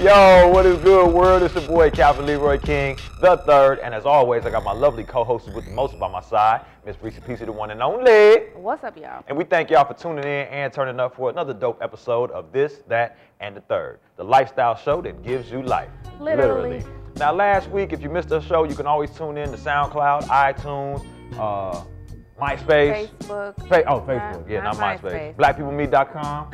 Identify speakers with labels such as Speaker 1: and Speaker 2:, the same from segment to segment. Speaker 1: Yo, what is good, world? It's your boy Calvin Leroy King, the third, and as always, I got my lovely co-host with the most by my side, Miss Reese Piece the one and only.
Speaker 2: What's up, y'all?
Speaker 1: And we thank y'all for tuning in and turning up for another dope episode of This, That, and the Third, the lifestyle show that gives you life.
Speaker 2: Literally.
Speaker 1: Now, last week, if you missed our show, you can always tune in to SoundCloud, iTunes, uh, MySpace.
Speaker 2: Facebook.
Speaker 1: Fa- oh, Facebook. Yeah, not, MySpace. Blackpeoplemeet.com.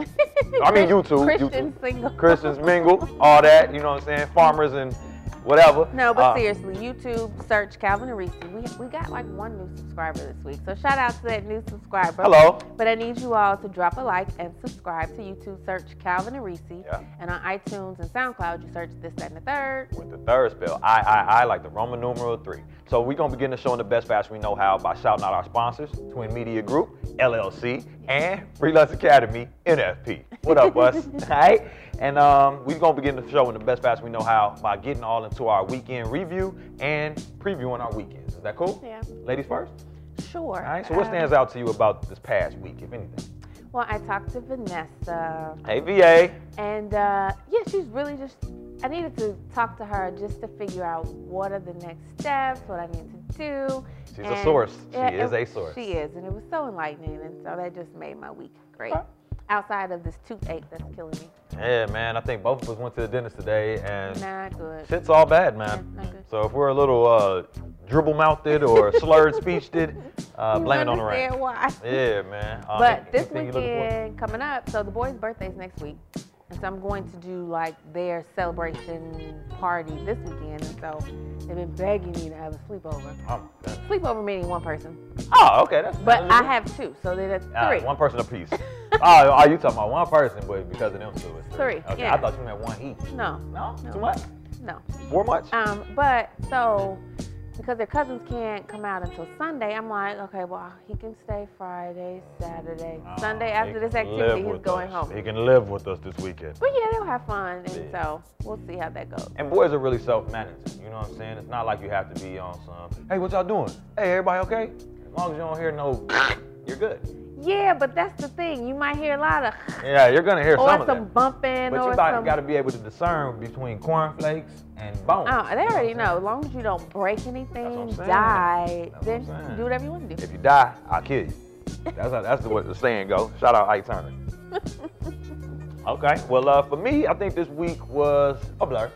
Speaker 1: I mean, YouTube.
Speaker 2: Christian
Speaker 1: YouTube.
Speaker 2: single.
Speaker 1: Christians mingle, all that. You know what I'm saying? Farmers and whatever.
Speaker 2: No, but
Speaker 1: Uh,
Speaker 2: seriously, YouTube search Calvin and Reese. We, we got like one new subscriber this week. So shout out to that new subscriber.
Speaker 1: Hello.
Speaker 2: But I need you all to drop a like and subscribe to YouTube search Calvin and Reese.
Speaker 1: Yeah.
Speaker 2: And on iTunes and SoundCloud, you search this, that, and the third.
Speaker 1: With the third spell, I, I, I, like the Roman numeral three. So we're gonna begin the show in the best fashion we know how by shouting out our sponsors, Twin Media Group, LLC, and Freelance Academy, NFP. What up, us? all right? And um, we're gonna begin the show in the best fashion we know how by getting all into our weekend review and previewing our weekends. Is that cool?
Speaker 2: Yeah. Uh,
Speaker 1: Ladies first.
Speaker 2: Sure. Um,
Speaker 1: All right. So what stands out to you about this past week, if anything?
Speaker 2: Well, I talked to Vanessa.
Speaker 1: Hey, VA.
Speaker 2: And uh, yeah, she's really just. I needed to talk to her just to figure out what are the next steps, what I need to do.
Speaker 1: She's a source. She is
Speaker 2: it-
Speaker 1: a source.
Speaker 2: She is, and it was so enlightening, and so that just made my week great.
Speaker 1: Okay.
Speaker 2: Outside of this toothache that's killing me,
Speaker 1: Yeah, man. I think both of us went to the dentist today, and
Speaker 2: not good.
Speaker 1: shit's all bad,
Speaker 2: Yeah,
Speaker 1: man.
Speaker 2: not good.
Speaker 1: So if we're a little uh, dribble mouthed or slurred speeched, uh,
Speaker 2: You
Speaker 1: blame it on the
Speaker 2: understand
Speaker 1: rain.
Speaker 2: why?
Speaker 1: Yeah, man. Um,
Speaker 2: But this
Speaker 1: anything you looking for?
Speaker 2: weekend coming up, so the boys' birthdays next week, and so I'm going to do like their celebration party this weekend, and so they've been begging me to have a sleepover.
Speaker 1: Oh, okay.
Speaker 2: Sleepover meaning one person.
Speaker 1: Oh, okay. That's
Speaker 2: But
Speaker 1: that's
Speaker 2: I
Speaker 1: good.
Speaker 2: have two, so then that's
Speaker 1: Ah,
Speaker 2: three.
Speaker 1: one person apiece. oh, are you talking about one person? But because of them two, it's three.
Speaker 2: Three,
Speaker 1: Okay,
Speaker 2: yeah.
Speaker 1: I thought you meant one each.
Speaker 2: no,
Speaker 1: No,
Speaker 2: No.
Speaker 1: too much.
Speaker 2: no.
Speaker 1: Four much.
Speaker 2: Um, but so because their cousins can't come out until Sunday, I'm like, okay, well he can stay Friday, Saturday,
Speaker 1: Oh,
Speaker 2: Uh, Sunday
Speaker 1: he
Speaker 2: after this
Speaker 1: can live
Speaker 2: activity, he's
Speaker 1: with
Speaker 2: going
Speaker 1: us.
Speaker 2: home.
Speaker 1: He can live with us this weekend.
Speaker 2: But yeah, they'll have fun, and
Speaker 1: Yeah.
Speaker 2: so we'll see how that goes.
Speaker 1: And boys are really self-managing. You know what I'm saying? It's not like you have to be on some. Hey, what y'all doing? Hey, everybody okay? As long as you don't hear no, you're good.
Speaker 2: Yeah, but that's the thing. You might hear a lot of
Speaker 1: Yeah, you're gonna hear some
Speaker 2: or
Speaker 1: of
Speaker 2: Oh, some
Speaker 1: that.
Speaker 2: bumping
Speaker 1: But
Speaker 2: or
Speaker 1: you
Speaker 2: some.
Speaker 1: about, gotta be able to discern between cornflakes and bones.
Speaker 2: Oh, they
Speaker 1: You what
Speaker 2: already
Speaker 1: I'm
Speaker 2: know.
Speaker 1: saying?
Speaker 2: As long as you don't break anything,
Speaker 1: saying.
Speaker 2: die,
Speaker 1: That's what
Speaker 2: then
Speaker 1: I'm saying.
Speaker 2: do whatever you want to do.
Speaker 1: If you die, I'll kill you. That's how, that's the way the saying goes. Shout out Ike Turner. okay. Well, uh, for me, I think this week was a blur.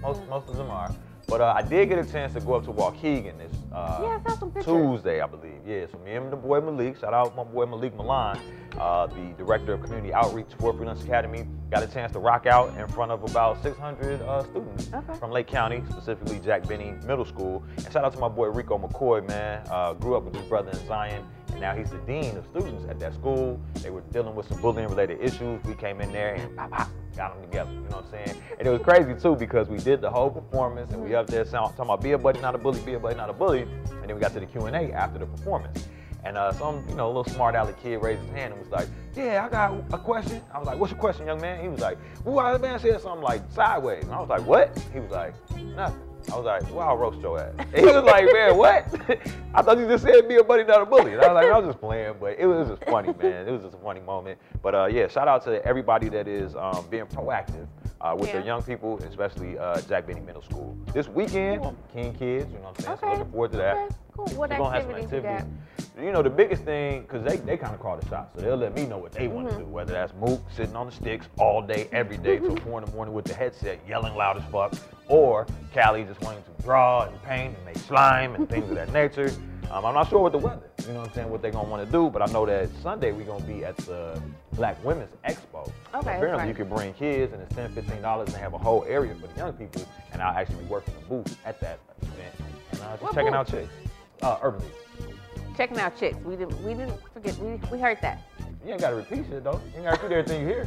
Speaker 1: Most most of them are. But uh, I did get a chance to go up to Waukegan this uh,
Speaker 2: Yeah, I saw some pictures.
Speaker 1: Tuesday, I believe. Yeah. So me and the boy Malik, shout out my boy Malik Milan, uh, the director of community outreach for Freelance Academy, got a chance to rock out in front of about 600 uh, students
Speaker 2: Okay.
Speaker 1: from Lake County, specifically Jack Benny Middle School. And shout out to my boy Rico McCoy, man. Uh, grew up with his brother in Zion, and now he's the dean of students at that school. They were dealing with some bullying related issues. We came in there and pop, pop, got them together. You know what I'm saying? And it was crazy too because we did the whole performance and we up there sound, talking about be a buddy, not a bully, be a buddy, not a bully. And then we got to the Q and A after the performance. And uh, some, you know, little smart aleck kid raised his hand and was like, "Yeah, I got a question." I was like, "What's your question, young man?" He was like, "Well, why the man said something like sideways," and I was like, "What?" He was like, "Nothing." I was like, "Well, I'll roast your ass." He was like, "Man, what?" I thought you just said be a buddy, not a bully. And I was like, "I was just playing," but it was just funny, man. It was just a funny moment. But uh, yeah, shout out to everybody that is um, being proactive uh, with their
Speaker 2: Yeah.
Speaker 1: young people, especially uh, Jack Benny Middle School. This weekend, King Kids, you know what I'm saying? So
Speaker 2: Okay,
Speaker 1: looking forward to that.
Speaker 2: okay, cool. What
Speaker 1: We're gonna have some
Speaker 2: activities you
Speaker 1: activities. You know, the biggest thing, because they, they kind of call the shots, so they'll let me know what they
Speaker 2: Mm-hmm.
Speaker 1: want to do, whether that's Mook sitting on the sticks all day, every day, till
Speaker 2: Mm-hmm.
Speaker 1: four in the morning with the headset, yelling loud as fuck, or Callie just wanting to draw and paint and make slime and things of that nature. Um, I'm not sure what the weather, you know what I'm saying, what they're going to want to do, but I know that Sunday we're going to be at the Black Women's Expo.
Speaker 2: that's
Speaker 1: Apparently,
Speaker 2: right.
Speaker 1: you can bring kids, and it's 10 $15, and they have a whole area for the young people, and I'll actually be working the booth at that event. And uh, just
Speaker 2: What
Speaker 1: checking
Speaker 2: booth?
Speaker 1: out chicks. Uh, Urban League.
Speaker 2: Checking out chicks. We didn't. We didn't forget. We we heard that.
Speaker 1: You ain't gotta repeat shit though. You ain't gotta repeat everything you hear.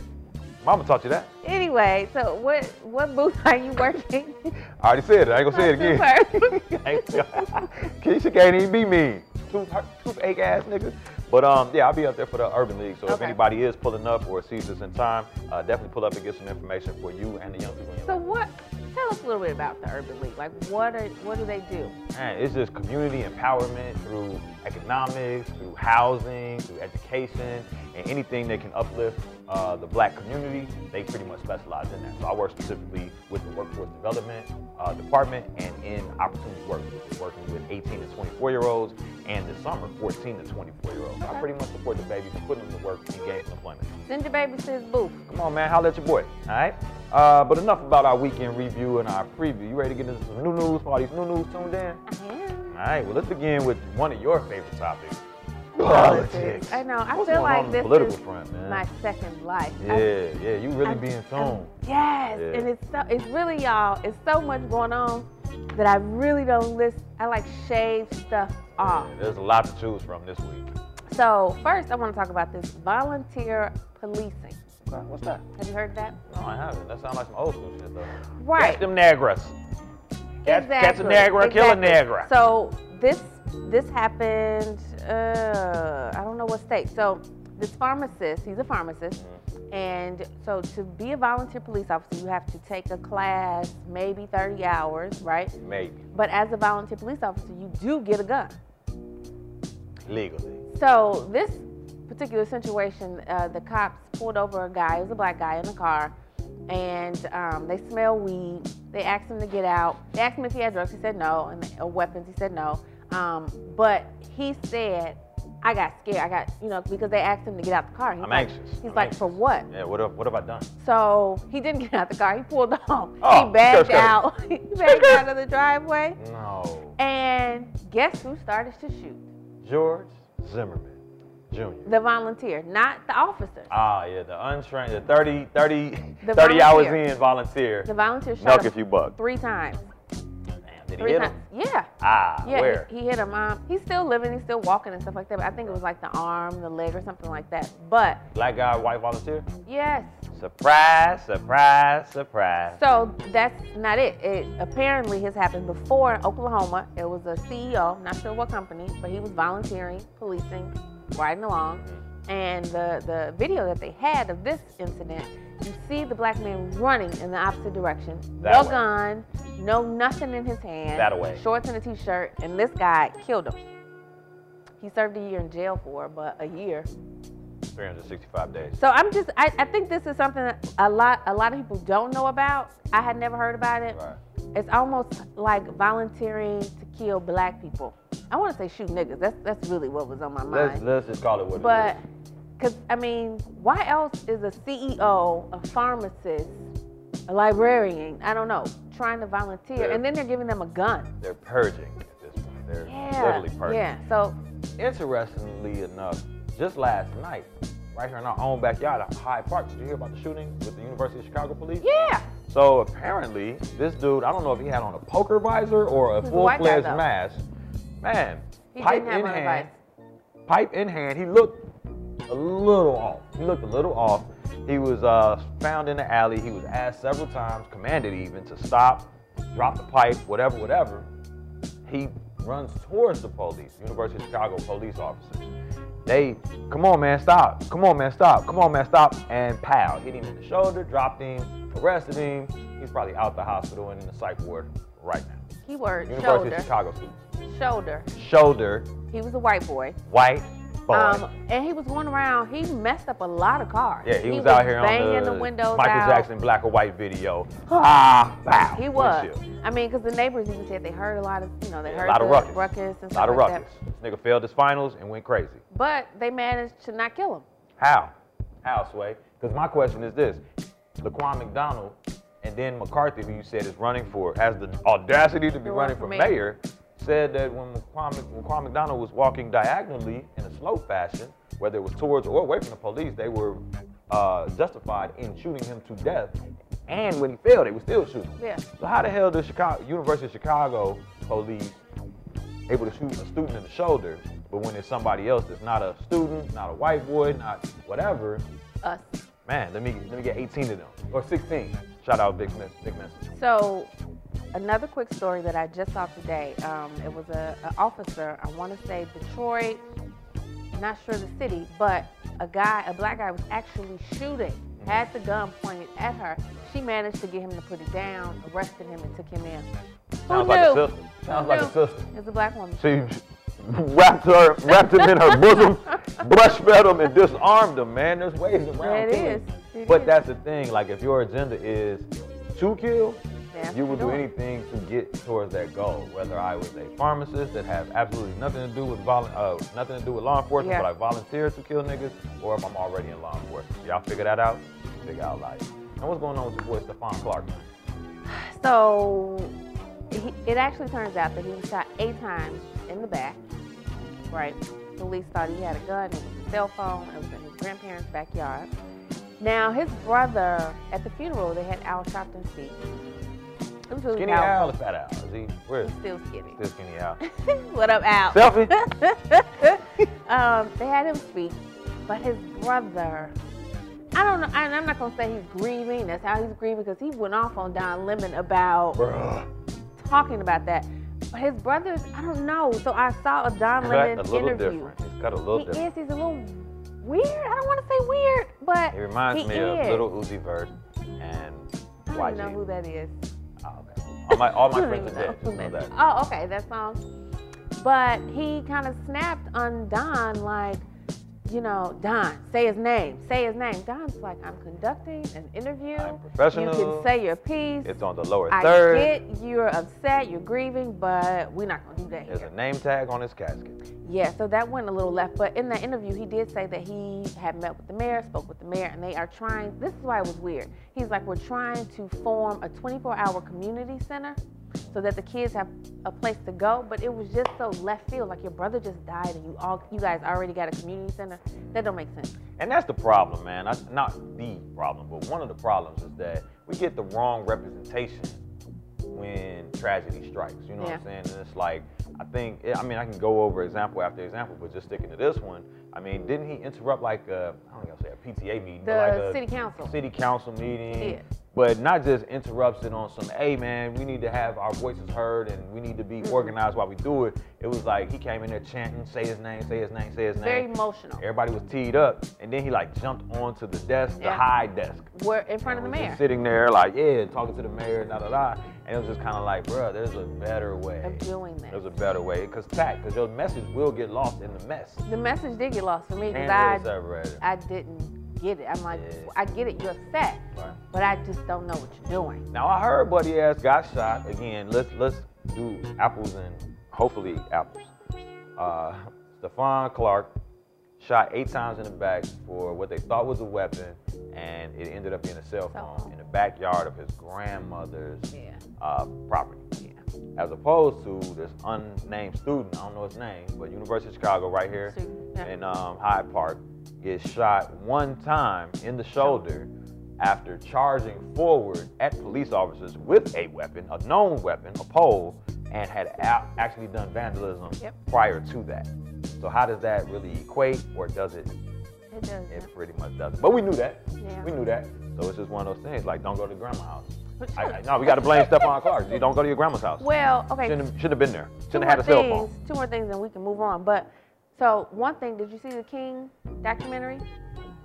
Speaker 1: Mama taught you that.
Speaker 2: Anyway, so what what booth are you working?
Speaker 1: I already said it. I ain't gonna say it again.
Speaker 2: Super.
Speaker 1: Ain't- Keisha can't even be mean. Tooth, her- toothache ass nigga. But um, yeah, I'll be up there for the Urban League. So if
Speaker 2: Okay.
Speaker 1: anybody is pulling up or sees this in time, uh, definitely pull up and get some information for you and the young people. in your
Speaker 2: so
Speaker 1: life.
Speaker 2: what Tell us a little bit about the Urban League. Like, what are what do they do?
Speaker 1: Man, it's just community empowerment through economics, through housing, through education, and anything that can uplift uh, the black community. They pretty much specialize in that. So I work specifically with the workforce development uh, department and in opportunity work, which is working with 18 to 24 year olds, and this summer 14 to 24 year olds. I
Speaker 2: Okay.
Speaker 1: pretty much support the babies, put them to work, and gain some employment.
Speaker 2: Send your babies to his booth.
Speaker 1: Come on, man, holla at your boy. All right. Uh, but enough about our weekend review and our preview. You ready to get into some new news? All these new news tuned in. All right, well, let's begin with one of your favorite topics politics.
Speaker 2: I know. I
Speaker 1: What's going
Speaker 2: feel
Speaker 1: on in
Speaker 2: like
Speaker 1: the
Speaker 2: this
Speaker 1: political
Speaker 2: is
Speaker 1: front, man?
Speaker 2: my second life. I-
Speaker 1: Yeah, yeah, you really
Speaker 2: I'm-
Speaker 1: being
Speaker 2: I'm-
Speaker 1: thrown.
Speaker 2: Yes,
Speaker 1: Yeah.
Speaker 2: and it's so it's really y'all. It's so much going on that I really don't list. I like shave stuff off.
Speaker 1: Yeah, there's a lot to choose from this week.
Speaker 2: So first, I want to talk about this volunteer policing.
Speaker 1: Okay, what's that?
Speaker 2: Have you heard of that?
Speaker 1: No, I haven't. That sounds like some old school shit, though.
Speaker 2: Right.
Speaker 1: Catch them Negras. Catch, catch a Negra, kill a
Speaker 2: exactly.
Speaker 1: Negra.
Speaker 2: So this this happened. Uh, I don't know what state. So this pharmacist, he's a pharmacist,
Speaker 1: Mm-hmm.
Speaker 2: and so to be a volunteer police officer, you have to take a class, maybe 30 hours, right?
Speaker 1: Maybe.
Speaker 2: But as a volunteer police officer, you do get a gun.
Speaker 1: Legally.
Speaker 2: So this particular situation, uh, the cops pulled over a guy. It was a black guy in a car, and um, they smell weed. They asked him to get out. They asked him if he had drugs. He said no, and or weapons. He said no. Um, but he said, "I got scared. I got you know because they asked him to get out the car." He's
Speaker 1: I'm
Speaker 2: like,
Speaker 1: anxious.
Speaker 2: He's
Speaker 1: I'm
Speaker 2: like,
Speaker 1: anxious.
Speaker 2: "For what?"
Speaker 1: Yeah, what have, what have I done?
Speaker 2: So he didn't get out the car. He pulled off.
Speaker 1: Oh,
Speaker 2: he bagged
Speaker 1: skirt, skirt.
Speaker 2: out. he bagged out of the driveway.
Speaker 1: No.
Speaker 2: And guess who started to shoot?
Speaker 1: George Zimmerman Jr.
Speaker 2: The volunteer, not the officer.
Speaker 1: Ah, yeah, the untrained, the 30, 30,
Speaker 2: The
Speaker 1: 30 hours
Speaker 2: volunteer.
Speaker 1: in volunteer.
Speaker 2: The volunteer shot
Speaker 1: Milk
Speaker 2: him
Speaker 1: if you buck.
Speaker 2: three times.
Speaker 1: Damn, did he
Speaker 2: Three
Speaker 1: hit
Speaker 2: times.
Speaker 1: him?
Speaker 2: Yeah.
Speaker 1: Ah,
Speaker 2: Yeah,
Speaker 1: where?
Speaker 2: He, he hit him. Um, he's still living. He's still walking and stuff like that. But I think it was like the arm, the leg, or something like that. But
Speaker 1: Black guy, white volunteer?
Speaker 2: yes.
Speaker 1: Surprise, surprise, surprise.
Speaker 2: So that's not it. It apparently has happened before in Oklahoma. It was a CEO, not sure what company, but he was volunteering, policing, riding along, and the the video that they had of this incident, you see the black man running in the opposite direction.
Speaker 1: That
Speaker 2: no
Speaker 1: way.
Speaker 2: gun, no nothing in his hand.
Speaker 1: That way.
Speaker 2: Shorts and a t-shirt, and this guy killed him. He served a year in jail for, it, but a year.
Speaker 1: 365 days.
Speaker 2: So I'm just I, I think this is something that a lot a lot of people don't know about. I had never heard about it.
Speaker 1: Right.
Speaker 2: It's almost like volunteering to kill black people. I want to say shoot niggas. That's that's really what was on my
Speaker 1: Let's,
Speaker 2: mind.
Speaker 1: let's just call it what it
Speaker 2: But
Speaker 1: is.
Speaker 2: cuz I mean, why else is a CEO, a pharmacist, a librarian, I don't know, trying to volunteer
Speaker 1: Yeah.
Speaker 2: and then they're giving them a gun.
Speaker 1: They're purging at this point. They're
Speaker 2: Yeah.
Speaker 1: literally purging.
Speaker 2: Yeah. So
Speaker 1: Interestingly enough, just last night, right here in our own backyard at Hyde Park, did you hear about the shooting with the University of Chicago police?
Speaker 2: yeah.
Speaker 1: So apparently, this dude, I don't know if he had on a poker visor or a
Speaker 2: He's a white
Speaker 1: full
Speaker 2: guy,
Speaker 1: fledged
Speaker 2: though.
Speaker 1: mask. Man,
Speaker 2: He
Speaker 1: pipe
Speaker 2: didn't have
Speaker 1: in
Speaker 2: on a
Speaker 1: hand. Pipe in hand, he looked a little off. He looked a little off. He was uh, found in the alley. He was asked several times, commanded even, to stop, drop the pipe, whatever, whatever. He runs towards the police, University of Chicago police officers. They, come on, man, stop. Come on, man, stop. Come on, man, stop. And pow, hit him in the shoulder, dropped him, arrested him. He's probably out the hospital and in the psych ward right now.
Speaker 2: Keyword
Speaker 1: University
Speaker 2: shoulder.
Speaker 1: of Chicago student.
Speaker 2: Shoulder.
Speaker 1: Shoulder,
Speaker 2: He was a white boy.
Speaker 1: white boy.
Speaker 2: Um, and he was going around. He messed up a lot of cars.
Speaker 1: Yeah, he, was, out here
Speaker 2: banging
Speaker 1: on the,
Speaker 2: the, windows
Speaker 1: Michael
Speaker 2: out.
Speaker 1: Jackson black or white video. ah, wow.
Speaker 2: He was. I mean, because the neighbors even said they heard a lot of, you know, they
Speaker 1: A
Speaker 2: heard
Speaker 1: lot
Speaker 2: the
Speaker 1: of ruckus.
Speaker 2: and
Speaker 1: A
Speaker 2: stuff
Speaker 1: lot of
Speaker 2: like
Speaker 1: ruckus. This nigga failed his finals and went crazy.
Speaker 2: that. But they managed to not kill him.
Speaker 1: How? How, Sway? Because my question is this: Laquan McDonald and then McCarthy, who you said is running for, has the audacity to be
Speaker 2: Who won
Speaker 1: running
Speaker 2: for
Speaker 1: for
Speaker 2: mayor.
Speaker 1: mayor. said that when Laquan, Laquan McDonald was walking diagonally in a slow fashion, whether it was towards or away from the police, they were uh, justified in shooting him to death. And when he failed, they were still shooting. him.
Speaker 2: Yeah.
Speaker 1: So how the hell does Chicago University of Chicago police able to shoot a student in the shoulder, but when it's somebody else that's not a student, not a white boy, not whatever,
Speaker 2: Us.
Speaker 1: man, let me let me get 18 of them or 16. Shout out Big Smith, Big Message.
Speaker 2: So, another quick story that I just saw today. Um, it was a, an officer. I want to say Detroit. Not sure the city, but a guy, a black guy, was actually shooting. Had the gun pointed at her. She managed to get him to put it down, arrested him, and took him in. Who
Speaker 1: Sounds like
Speaker 2: knew?
Speaker 1: a sister. Sounds like a
Speaker 2: knew?
Speaker 1: sister.
Speaker 2: It's a black woman.
Speaker 1: She wrapped her, wrapped him in her bosom, breastfed him, and disarmed him. Man, there's ways around
Speaker 2: It
Speaker 1: killing.
Speaker 2: is. It
Speaker 1: but
Speaker 2: is.
Speaker 1: that's the thing. Like, if your agenda is to kill,
Speaker 2: That's
Speaker 1: you will do
Speaker 2: doing it.
Speaker 1: anything to get towards that goal. Whether I was a pharmacist that has absolutely nothing to do with vol- uh, nothing to do with law enforcement,
Speaker 2: Yeah.
Speaker 1: but I volunteered to kill niggas, or if I'm already in law enforcement. Y'all figure that out. Figure out life. And what's going on with your boy Stephon Clark?
Speaker 2: So he, it actually turns out that he was shot eight times in the back. Right. Police thought he had a gun. It was a cell phone. It was in his grandparents' backyard. Now his brother at the funeral, they had Al Sharpton speak. It was really
Speaker 1: Skinny
Speaker 2: powerful.
Speaker 1: Al or Fat Al? Is he where is
Speaker 2: He's still skinny.
Speaker 1: this Skinny Al?
Speaker 2: what up, Al?
Speaker 1: Selfie.
Speaker 2: um, they had him speak, but his brother. I don't know. I, I'm not gonna say he's grieving. That's how he's grieving because he went off on Don Lemon about
Speaker 1: Bruh.
Speaker 2: talking about that. But his brothers, I don't know. So I saw a Don
Speaker 1: cut
Speaker 2: Lemon
Speaker 1: a little
Speaker 2: interview.
Speaker 1: different. He's cut a
Speaker 2: He
Speaker 1: little different.
Speaker 2: is. He's a little weird. I don't want to say weird, but
Speaker 1: He reminds
Speaker 2: he
Speaker 1: me
Speaker 2: is.
Speaker 1: of Little Uzi Vert and
Speaker 2: I don't
Speaker 1: YG.
Speaker 2: even know who that is.
Speaker 1: Oh, okay. All my, all
Speaker 2: I
Speaker 1: my
Speaker 2: don't
Speaker 1: friends are
Speaker 2: even know
Speaker 1: dead.
Speaker 2: who
Speaker 1: Just know
Speaker 2: that is.
Speaker 1: that.
Speaker 2: Oh, okay, that song. But he kind of snapped on Don, like, you know, Don, say his name, say his name. Don's like, I'm conducting an interview.
Speaker 1: I'm
Speaker 2: You
Speaker 1: professional.
Speaker 2: can say your piece.
Speaker 1: It's on the lower
Speaker 2: I
Speaker 1: third.
Speaker 2: get you're upset, you're grieving, but we're not gonna do that
Speaker 1: There's
Speaker 2: here.
Speaker 1: a name tag on his casket.
Speaker 2: Yeah, so that went a little left. But in that interview, he did say that he had met with the mayor, spoke with the mayor, and they are trying. This is why it was weird. He's like, we're trying to form a 24 hour community center so that the kids have a place to go. But it was just so left field. Like, your brother just died, and you all, you guys already got a community center. That don't make sense.
Speaker 1: And that's the problem, man. That's not the problem, but one of the problems is that we get the wrong representation when tragedy strikes. You know what I'm saying? And it's like, I think, I mean, I can go over example after example, but just sticking to this one, I mean, didn't he interrupt like a, I don't know, say a PTA meeting,
Speaker 2: The
Speaker 1: but like a
Speaker 2: city council.
Speaker 1: city council meeting,
Speaker 2: Yeah.
Speaker 1: but not just interrupts it on some, hey man, we need to have our voices heard and we need to
Speaker 2: Mm-hmm.
Speaker 1: be organized while we do it. It was like he came in there chanting, say his name, say his name, say his name.
Speaker 2: Very emotional.
Speaker 1: Everybody was teed up, and then he like jumped onto the desk, the
Speaker 2: Yeah.
Speaker 1: high desk.
Speaker 2: We're in front of the
Speaker 1: And was just
Speaker 2: mayor.
Speaker 1: Sitting there, like, yeah, talking to the mayor, da da da. And it was just kind of like, bruh, there's a better way.
Speaker 2: Of doing that.
Speaker 1: There's a better way. Because tact, because your message will get lost in the mess.
Speaker 2: The message did get lost for me
Speaker 1: And
Speaker 2: because
Speaker 1: you're a
Speaker 2: I,
Speaker 1: separator.
Speaker 2: I didn't get it. I'm like,
Speaker 1: Yeah.
Speaker 2: I get it, you're upset,
Speaker 1: Right.
Speaker 2: but I just don't know what you're doing.
Speaker 1: Now I heard Buddy Ass got shot again. Let's let's do apples and hopefully apples. Uh, Stephon Clark shot eight times in the back for what they thought was a weapon, and it ended up being a cell
Speaker 2: Cell
Speaker 1: phone
Speaker 2: phone.
Speaker 1: in the backyard of his grandmother's
Speaker 2: Yeah.
Speaker 1: uh, property.
Speaker 2: Yeah.
Speaker 1: As opposed to this unnamed student, I don't know his name, but University of Chicago right here
Speaker 2: Student, yeah.
Speaker 1: in um, Hyde Park gets shot one time in the shoulder after charging forward at police officers with a weapon, a known weapon, a pole, and had a- actually done vandalism
Speaker 2: Yep.
Speaker 1: prior to that. So how does that really equate, or does it?
Speaker 2: It does.
Speaker 1: It pretty much doesn't. But we knew that.
Speaker 2: Yeah.
Speaker 1: We knew that. So it's just one of those things. Like, don't go to grandma's house. I, I, no, we got to blame Stephon Clark. You don't go to your grandma's house.
Speaker 2: Well, okay.
Speaker 1: Shouldn't have, should have been there.
Speaker 2: two
Speaker 1: Shouldn't
Speaker 2: more
Speaker 1: have had a
Speaker 2: things.
Speaker 1: cell phone.
Speaker 2: Two more things, and we can move on. But so one thing, did you see the King documentary?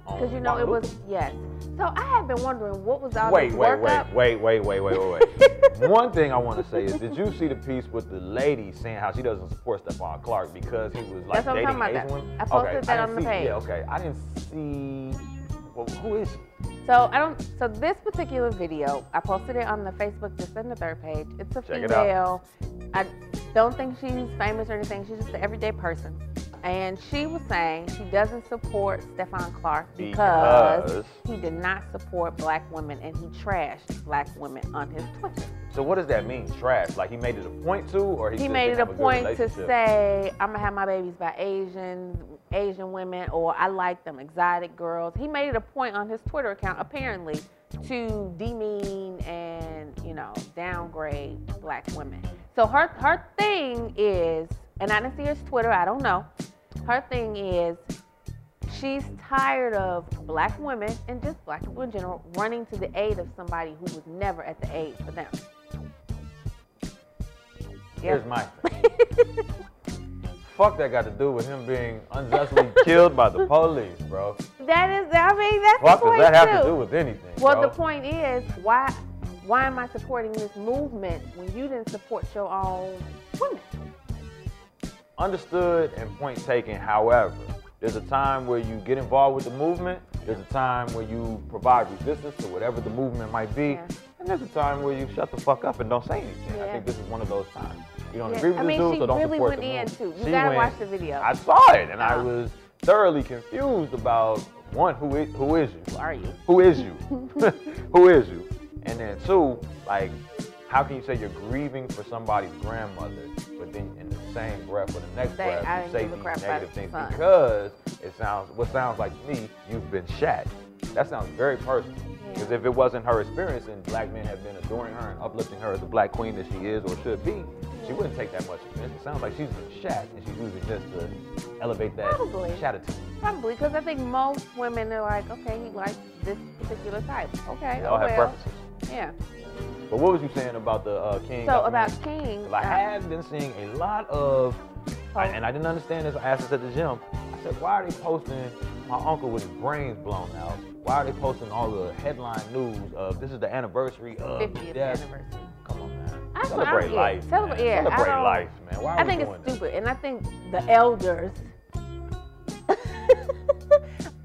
Speaker 2: Because
Speaker 1: on
Speaker 2: you know it
Speaker 1: Martin Luther
Speaker 2: was yes. So I have been wondering what was all
Speaker 1: wait,
Speaker 2: this
Speaker 1: wait,
Speaker 2: work
Speaker 1: wait,
Speaker 2: up.
Speaker 1: wait, wait, wait, wait, wait, wait. One thing I want to say is, did you see the piece with the lady saying how she doesn't support Stephon Clark because he was like
Speaker 2: That's what I'm
Speaker 1: dating
Speaker 2: talking about.
Speaker 1: Asian women?
Speaker 2: I posted
Speaker 1: okay,
Speaker 2: that
Speaker 1: I
Speaker 2: on
Speaker 1: didn't
Speaker 2: the
Speaker 1: see,
Speaker 2: page.
Speaker 1: Yeah, okay. I didn't see. Well, who is she?
Speaker 2: So I don't. So this particular video, I posted it on the Facebook just in the third page. It's a
Speaker 1: Check it
Speaker 2: female. I don't think she's famous or anything. She's just an everyday person, and she was saying she doesn't support Stefan Clark because,
Speaker 1: Because-
Speaker 2: he did not support black women and he trashed black women on his Twitter.
Speaker 1: So what does that mean? Trash? Like he made it a point to, or he,
Speaker 2: He
Speaker 1: just
Speaker 2: made
Speaker 1: didn't
Speaker 2: it a
Speaker 1: have good
Speaker 2: point to
Speaker 1: relationship?
Speaker 2: say, "I'm gonna have my babies by Asians, Asian women, or I like them exotic girls." He made it a point on his Twitter account, apparently, to demean and you know downgrade black women. So her her thing is, and I didn't see his Twitter. I don't know. Her thing is, she's tired of black women and just black people in general running to the aid of somebody who was never at the aid for them. Yeah.
Speaker 1: Here's my thing. fuck that got to do with him being unjustly killed by the police, bro?
Speaker 2: That is, I mean, that's
Speaker 1: Fuck
Speaker 2: the point
Speaker 1: does that have
Speaker 2: too.
Speaker 1: to do with anything?
Speaker 2: Well,
Speaker 1: bro?
Speaker 2: the point is, why why am I supporting this movement when you didn't support your own women?
Speaker 1: Understood and point taken. However, there's a time where you get involved with the movement. There's a time where you provide resistance to whatever the movement might be,
Speaker 2: Yeah.
Speaker 1: and there's a time where you shut the fuck up and don't say anything. I
Speaker 2: Yeah.
Speaker 1: think this is one of those times. You don't
Speaker 2: Yeah,
Speaker 1: agree with
Speaker 2: I
Speaker 1: this
Speaker 2: mean,
Speaker 1: dude,
Speaker 2: she
Speaker 1: so don't
Speaker 2: really
Speaker 1: support
Speaker 2: went
Speaker 1: the
Speaker 2: in,
Speaker 1: movement.
Speaker 2: too. You
Speaker 1: She
Speaker 2: gotta
Speaker 1: went-
Speaker 2: watch the video.
Speaker 1: I saw it, and I
Speaker 2: Uh-huh.
Speaker 1: was thoroughly confused about one, who is, who is you?
Speaker 2: Who are you?
Speaker 1: who is you? who is you? And then two, like, how can you say you're grieving for somebody's grandmother, but then in the same breath or the next
Speaker 2: Say,
Speaker 1: breath,
Speaker 2: "I
Speaker 1: you
Speaker 2: didn't
Speaker 1: say
Speaker 2: give a
Speaker 1: these
Speaker 2: crap about
Speaker 1: negative
Speaker 2: his
Speaker 1: things
Speaker 2: son."
Speaker 1: because it sounds what sounds like to me, you've been shat. That sounds very personal.
Speaker 2: Yeah.
Speaker 1: Because if it wasn't her experience and black men have been adoring her and uplifting her as the black queen that she is or should be, she wouldn't take that much offense. It sounds like she's been shat and she's using this to elevate that
Speaker 2: Probably.
Speaker 1: shatitude.
Speaker 2: Probably because I think most women are like, okay, he likes this particular type. Okay,
Speaker 1: They
Speaker 2: oh
Speaker 1: all have
Speaker 2: well,
Speaker 1: preferences.
Speaker 2: yeah.
Speaker 1: But what was you saying about the uh, King?
Speaker 2: So about
Speaker 1: documentary?
Speaker 2: King,
Speaker 1: 'Cause I
Speaker 2: uh, Oh.
Speaker 1: have been seeing a lot of, I- and I didn't understand this. I asked this at the gym. I said, why are they posting my uncle with his brains blown out? Why are they posting all the headline news of this is the anniversary of
Speaker 2: 50th
Speaker 1: death?
Speaker 2: anniversary.
Speaker 1: Come on, man.
Speaker 2: I don't
Speaker 1: Celebrate
Speaker 2: get it.
Speaker 1: life.
Speaker 2: Celebra-
Speaker 1: man.
Speaker 2: yeah, I
Speaker 1: Celebrate
Speaker 2: don't-
Speaker 1: life, man. Why are
Speaker 2: I
Speaker 1: we
Speaker 2: think
Speaker 1: doing
Speaker 2: it's
Speaker 1: this?
Speaker 2: stupid, and I think the elders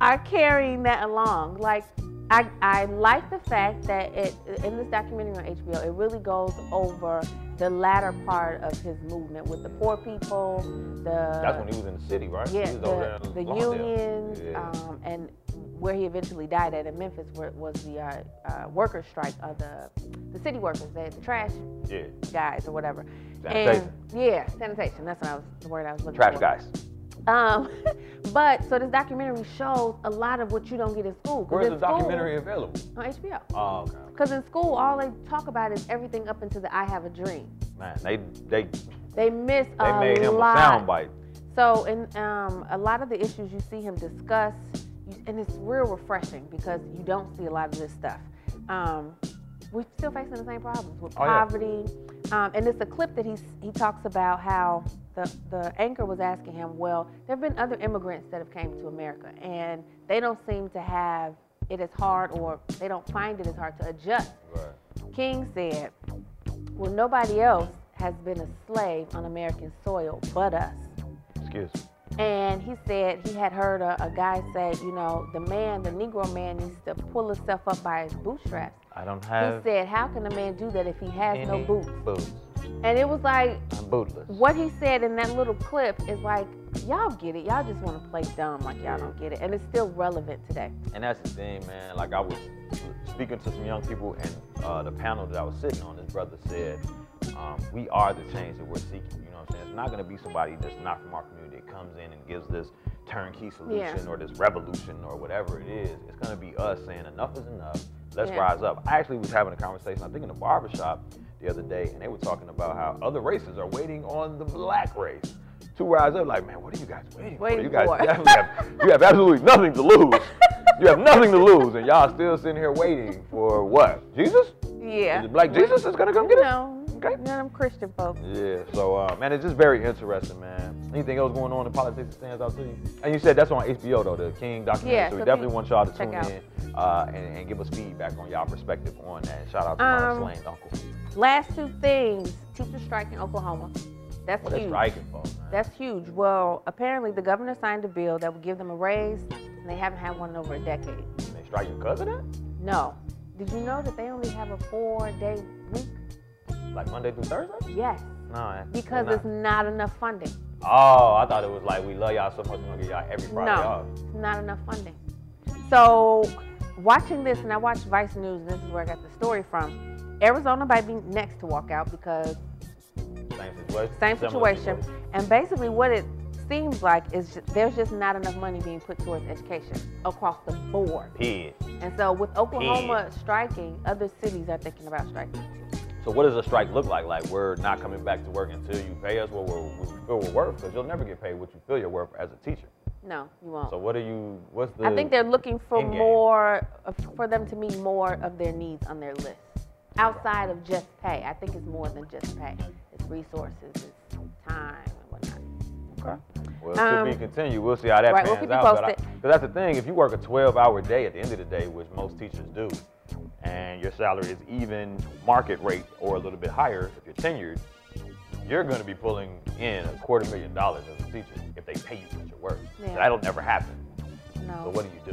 Speaker 2: are carrying that along. Like, I, I like the fact that it in this documentary on HBO, it really goes over the latter part of his movement with the poor people, the
Speaker 1: That's when he was in the city, right?
Speaker 2: yeah,
Speaker 1: he was over
Speaker 2: the,
Speaker 1: there
Speaker 2: the
Speaker 1: in Lawndale.
Speaker 2: unions,
Speaker 1: Yeah.
Speaker 2: um, and where he eventually died at in Memphis where, was the uh, uh, worker strike of the the city workers, they had the trash
Speaker 1: yeah.
Speaker 2: guys or whatever.
Speaker 1: Sanitation.
Speaker 2: And, yeah, sanitation. That's what I was the word I was looking
Speaker 1: Trash
Speaker 2: for.
Speaker 1: guys.
Speaker 2: Um, but so this documentary shows a lot of what you don't get in school. 'Cause
Speaker 1: Where's
Speaker 2: in
Speaker 1: the
Speaker 2: school-
Speaker 1: documentary available?
Speaker 2: on HBO?
Speaker 1: Oh, okay.
Speaker 2: Because in school, all they talk about is everything up into the I Have a Dream.
Speaker 1: man, they they
Speaker 2: They miss
Speaker 1: they
Speaker 2: a
Speaker 1: made him
Speaker 2: lot.
Speaker 1: a soundbite.
Speaker 2: So, in um, a lot of the issues you see him discuss, you, and it's real refreshing because you don't see a lot of this stuff. Um, we're still facing the same problems with
Speaker 1: Oh, yeah.
Speaker 2: poverty, um, and it's a clip that he he talks about how the the anchor was asking him, well, there have been other immigrants that have came to America, and they don't seem to have it as hard, or they don't find it as hard to adjust
Speaker 1: Right.
Speaker 2: King said, Well, nobody else has been a slave on American soil but us.
Speaker 1: Excuse me.
Speaker 2: And he said he had heard a, a guy say, You know, the man, the Negro man, needs to pull himself up by his bootstraps.
Speaker 1: I don't
Speaker 2: He
Speaker 1: have
Speaker 2: said, How can a man do that if he has no
Speaker 1: any
Speaker 2: boots?
Speaker 1: boots.
Speaker 2: And it was like,
Speaker 1: I'm bootless.
Speaker 2: what he said in that little clip is like, Y'all get it. Y'all just want to play dumb like y'all don't get it. And it's still relevant today.
Speaker 1: And that's the thing, man. Like I was speaking to some young people, and uh, the panel that I was sitting on, this brother said, um, "We are the change that we're seeking." You know what I'm saying? It's not going to be somebody that's not from our community that comes in and gives this turnkey solution or this revolution or whatever it is. It's going to be us saying enough is enough. Let's
Speaker 2: Yeah.
Speaker 1: rise up. I actually was having a conversation, I think, in a barbershop the other day, and they were talking about how other races are waiting on the black race. To rise up, like man, what are you guys waiting, for?
Speaker 2: Waiting
Speaker 1: You guys
Speaker 2: for.
Speaker 1: definitely have, you have absolutely nothing to lose. You have nothing to lose, and y'all still sitting here waiting for what? Jesus?
Speaker 2: Yeah.
Speaker 1: Is it black Jesus that's gonna come get us?
Speaker 2: No.
Speaker 1: Okay.
Speaker 2: None of them Christian folks.
Speaker 1: Yeah. So, uh, man, it's just very interesting, man. Anything else going on in politics that stands out to you? And you said that's on HBO though, the King documentary.
Speaker 2: Yeah,
Speaker 1: so we
Speaker 2: so
Speaker 1: definitely want y'all to
Speaker 2: check
Speaker 1: tune
Speaker 2: out.
Speaker 1: in uh, and, and give us feedback on y'all perspective on that. And shout out to
Speaker 2: Um,
Speaker 1: my slain uncle.
Speaker 2: Last two things: teacher strike in Oklahoma. That's
Speaker 1: What a
Speaker 2: huge.
Speaker 1: striking for, man.
Speaker 2: That's huge. Well, apparently the governor signed a bill that would give them a raise, and they haven't had one in over a decade.
Speaker 1: they strike your cousin that?
Speaker 2: No. Did you know that they only have a four-day week?
Speaker 1: Like Monday through Thursday?
Speaker 2: Yes,
Speaker 1: No.
Speaker 2: because
Speaker 1: it's
Speaker 2: it's not enough funding.
Speaker 1: Oh, I thought it was like we love y'all so much we're gonna get y'all every Friday off.
Speaker 2: No, it's not enough funding. So, watching this, and I watched Vice News, and this is where I got the story from. Arizona might be next to walk out because
Speaker 1: Same situation.
Speaker 2: Same
Speaker 1: similar
Speaker 2: situation. And basically, what it seems like is ju- there's just not enough money being put towards education across the board.
Speaker 1: Period.
Speaker 2: And so, with Oklahoma striking, other cities are thinking about striking.
Speaker 1: So what does a strike look like? Like we're not coming back to work until you pay us what we're, what we feel we're worth, because you'll never get paid what you feel you're worth as a teacher.
Speaker 2: No, you won't.
Speaker 1: So what are you? What's the?
Speaker 2: I think they're looking for
Speaker 1: end game.
Speaker 2: more, for them to meet more of their needs on their list outside of just pay. I think it's more than just pay. It's resources, it's time, and whatnot.
Speaker 1: Okay. Well, to
Speaker 2: Um,
Speaker 1: be continued. We'll see how that
Speaker 2: right, we'll
Speaker 1: pans
Speaker 2: keep you
Speaker 1: out. But I-
Speaker 2: posted.
Speaker 1: but that's the thing. If you work a 12-hour day at the end of the day, which most teachers do, and your salary is even market rate or a little bit higher if you're tenured, you're going to be pulling in a quarter million dollars as a teacher if they pay you what you're worth.
Speaker 2: Yeah.
Speaker 1: That'll never happen. So
Speaker 2: No,
Speaker 1: what do you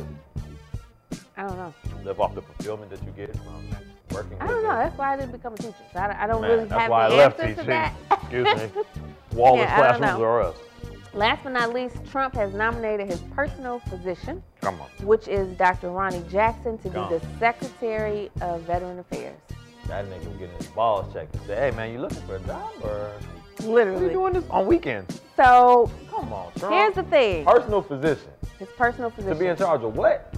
Speaker 1: do?
Speaker 2: I don't know.
Speaker 1: Live off the fulfillment that you get from working.
Speaker 2: I
Speaker 1: with
Speaker 2: don't know.
Speaker 1: them?
Speaker 2: That's why I didn't become a teacher. So I, don't- I don't
Speaker 1: Man,
Speaker 2: really
Speaker 1: that's
Speaker 2: have
Speaker 1: why
Speaker 2: the
Speaker 1: I left
Speaker 2: answer to
Speaker 1: teaching.
Speaker 2: that.
Speaker 1: Excuse me. Wall
Speaker 2: Yeah, I don't
Speaker 1: is classrooms
Speaker 2: know.
Speaker 1: or us.
Speaker 2: Last but not least, Trump has nominated his personal physician,
Speaker 1: Come on.
Speaker 2: which is Dr. Ronnie Jackson, to be
Speaker 1: Gone.
Speaker 2: the Secretary of Veteran Affairs.
Speaker 1: That nigga was getting his balls checked and say, hey man, you looking for a job or what are you
Speaker 2: Literally.
Speaker 1: doing this on weekends?
Speaker 2: So
Speaker 1: Come on, Trump.
Speaker 2: here's the thing.
Speaker 1: personal physician
Speaker 2: His personal
Speaker 1: to be in
Speaker 2: physician,
Speaker 1: charge of what?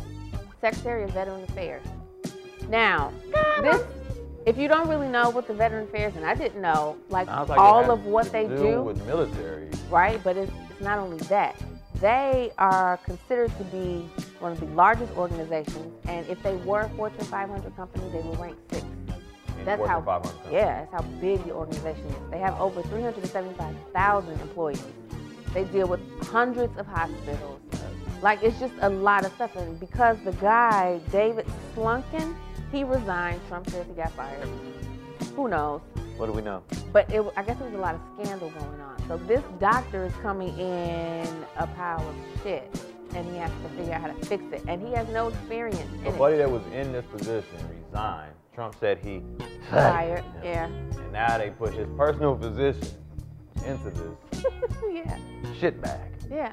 Speaker 2: Secretary of Veteran Affairs. Now, this, if you don't really know what the Veteran Affairs, and I didn't know, like
Speaker 1: Sounds like it
Speaker 2: all
Speaker 1: has
Speaker 2: of what
Speaker 1: to
Speaker 2: they
Speaker 1: do,
Speaker 2: do,
Speaker 1: with military.
Speaker 2: right? But it's, it's not only that. They are considered to be one of the largest organizations, and if they were a Fortune 500 company, they were ranked sixth.
Speaker 1: in
Speaker 2: That's
Speaker 1: Fortune
Speaker 2: how,
Speaker 1: 500 companies.
Speaker 2: yeah, that's how big the organization is. They have over 375,000 employees. They deal with hundreds of hospitals. Like, it's just a lot of stuff. And because the guy, David Slunkin, he resigned. Trump says he got fired. Who knows?
Speaker 1: What do we know?
Speaker 2: But it, I guess there was a lot of scandal going on. So this doctor is coming in a pile of shit, and he has to figure out how to fix it. And he has no experience in
Speaker 1: The
Speaker 2: it.
Speaker 1: buddy that was in this position resigned. Trump said he
Speaker 2: Fired,
Speaker 1: him.
Speaker 2: yeah.
Speaker 1: And now they put his personal physician into this
Speaker 2: yeah,
Speaker 1: shit bag.
Speaker 2: yeah,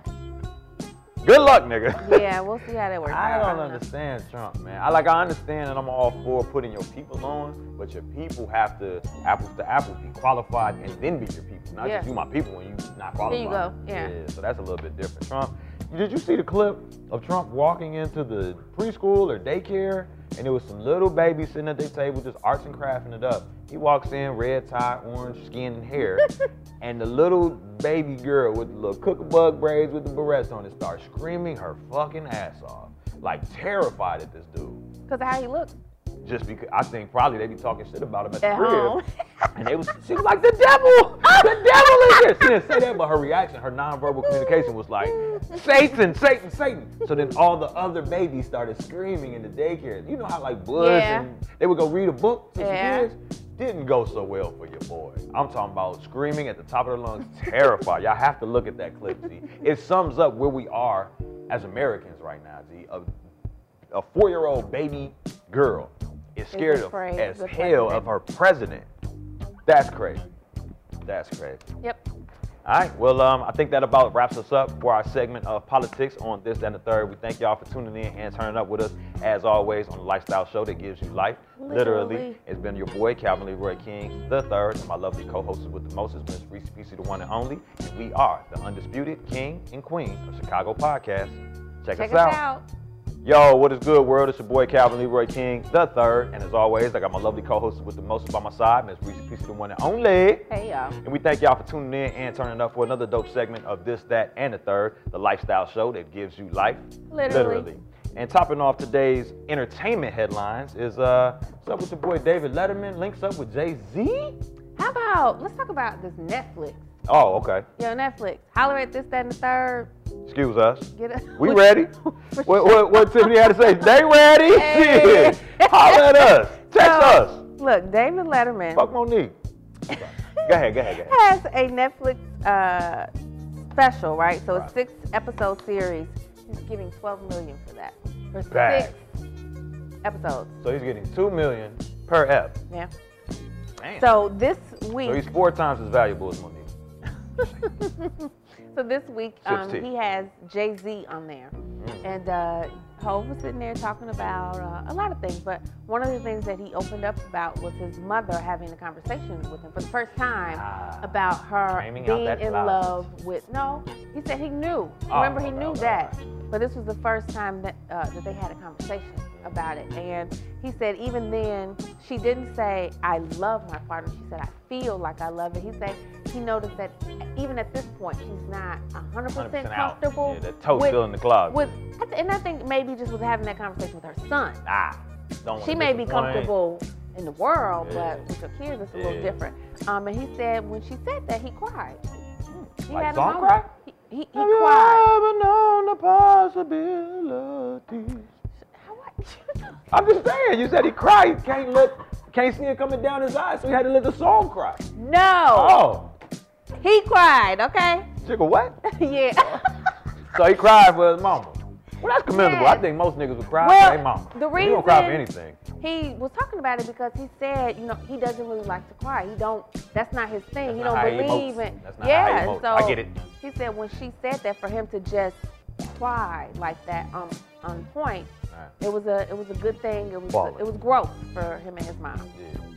Speaker 1: Good luck, nigga.
Speaker 2: yeah. We'll see how that works.
Speaker 1: I
Speaker 2: out.
Speaker 1: don't
Speaker 2: know.
Speaker 1: understand Trump, man. I like I understand that I'm all for putting your people on, but your people have to apples to apples be qualified and then be your people. Not
Speaker 2: Yeah.
Speaker 1: just you my people when you not qualified.
Speaker 2: you go, yeah.
Speaker 1: So that's a little bit different. Trump did you see the clip of Trump walking into the preschool or daycare and there was some little baby sitting at their table just arts and crafting it up. He walks in, red tie, orange skin and hair, and the little baby girl with the little cookabuck braids with the barrettes on it starts screaming her fucking ass off. Like terrified at this dude.
Speaker 2: Cause of how he looks
Speaker 1: Just because I think probably they be talking shit about him at the
Speaker 2: at
Speaker 1: crib.
Speaker 2: home.
Speaker 1: And they was, she was like, the devil, the devil is here. She didn't say that, but her reaction, her nonverbal communication was like, Satan, Satan, Satan. So then all the other babies started screaming in the daycare. You know how like Buzz
Speaker 2: Yeah.
Speaker 1: and they would go read a book to some
Speaker 2: Yeah.
Speaker 1: kids? Didn't go so well for your boy. I'm talking about screaming at the top of their lungs, terrified. Y'all have to look at that clip, G. It sums up where we are as Americans right now, G. A, a four-year-old baby girl is scared of,
Speaker 2: afraid
Speaker 1: as
Speaker 2: of the
Speaker 1: hell
Speaker 2: president.
Speaker 1: of her president. That's crazy. That's crazy.
Speaker 2: yep.
Speaker 1: All right. Well, um, I think that about wraps us up for our segment of politics on this and the third. We thank y'all for tuning in and turning up with us as always on the Lifestyle Show that gives you life. Literally,
Speaker 2: Literally.
Speaker 1: it's been your boy Calvin Leroy King the third, and my lovely co-host with the most is Miss Reese PC, the one and only, and we are the undisputed king and queen of Chicago podcast. Check,
Speaker 2: Check
Speaker 1: us out. Yo, what is good, world? It's your boy Calvin Leroy King, the third. And as always, I got my lovely co host with the most by my side, Miss Reese Peace, the one and only.
Speaker 2: Hey y'all.
Speaker 1: And we thank y'all for tuning in and turning up for another dope segment of This, That, and the Third, the lifestyle show that gives you life.
Speaker 2: Literally.
Speaker 1: And topping off today's entertainment headlines is uh, what's up with your boy David Letterman links up with Jay Z?
Speaker 2: How about let's talk about this Netflix.
Speaker 1: Oh, okay.
Speaker 2: Yo, Netflix. Holler at this, that, and the third.
Speaker 1: Excuse us.
Speaker 2: Get us.
Speaker 1: We ready?
Speaker 2: For
Speaker 1: what, what, what Tiffany had to say? They ready?
Speaker 2: Hey.
Speaker 1: Shit. Holler at us. Text
Speaker 2: So,
Speaker 1: us.
Speaker 2: Look, David Letterman.
Speaker 1: Fuck Monique. Go ahead, go ahead, go ahead.
Speaker 2: has a Netflix uh, special, right? So
Speaker 1: Right.
Speaker 2: a six episode series. He's giving 12 million for that. For
Speaker 1: Bag.
Speaker 2: six episodes.
Speaker 1: So he's getting two million per ep.
Speaker 2: Yeah.
Speaker 1: Damn.
Speaker 2: So this
Speaker 1: So
Speaker 2: week
Speaker 1: he's four times as valuable as Monique.
Speaker 2: so this week um,
Speaker 1: Six T.
Speaker 2: he has Jay-Z on there.
Speaker 1: Mm.
Speaker 2: And uh Hov was sitting there talking about uh, a lot of things, but one of the things that he opened up about was his mother having a conversation with him for the first time
Speaker 1: Ah.
Speaker 2: about her
Speaker 1: Framing out
Speaker 2: being
Speaker 1: that
Speaker 2: in
Speaker 1: closet.
Speaker 2: love with. No, he said he knew.
Speaker 1: Oh,
Speaker 2: Remember, he
Speaker 1: okay,
Speaker 2: knew
Speaker 1: okay,
Speaker 2: that,
Speaker 1: okay.
Speaker 2: but this was the first time that uh, that they had a conversation about it. And he said even then she didn't say I love my partner. She said I feel like I love it. He said he noticed that even at this point she's not 100 percent
Speaker 1: 100% out.
Speaker 2: comfortable
Speaker 1: Yeah, that toe
Speaker 2: with,
Speaker 1: still in the closet.
Speaker 2: with. I th- And I think maybe just with having that conversation with her son,
Speaker 1: ah, don't wanna
Speaker 2: she may be
Speaker 1: disappoint.
Speaker 2: comfortable in the world,
Speaker 1: Yeah.
Speaker 2: but with your kids, it's a
Speaker 1: Yeah.
Speaker 2: little different. Um, and he said when she said that, he cried. He
Speaker 1: Like
Speaker 2: had a
Speaker 1: Zon
Speaker 2: moment.
Speaker 1: cried?
Speaker 2: He- He, he
Speaker 1: Have you
Speaker 2: cried.
Speaker 1: ever known the possibilities?
Speaker 2: How I-
Speaker 1: I'm just saying. You said he cried. He can't look. Can't see it coming down his eyes, so he had to let the song cry.
Speaker 2: no,
Speaker 1: Oh,
Speaker 2: he cried. Okay,
Speaker 1: Jigga, what?
Speaker 2: yeah.
Speaker 1: So he cried for his mama. Well, that's commendable.
Speaker 2: Yes.
Speaker 1: I think most niggas would cry
Speaker 2: Well,
Speaker 1: for their mama.
Speaker 2: the
Speaker 1: you don't cry for
Speaker 2: reason-
Speaker 1: anything.
Speaker 2: he was talking about it because he said, you know, he doesn't really like to cry. He don't. That's not his thing. he
Speaker 1: That's not
Speaker 2: don't
Speaker 1: how he
Speaker 2: believe
Speaker 1: emotes.
Speaker 2: in.
Speaker 1: That's not
Speaker 2: yeah.
Speaker 1: how he emotes.
Speaker 2: So
Speaker 1: I get it.
Speaker 2: He said when she said that for him to just cry like that um, on point,
Speaker 1: Right.
Speaker 2: it was a it was a good thing. It was
Speaker 1: Baller.
Speaker 2: it was growth for him and his mom.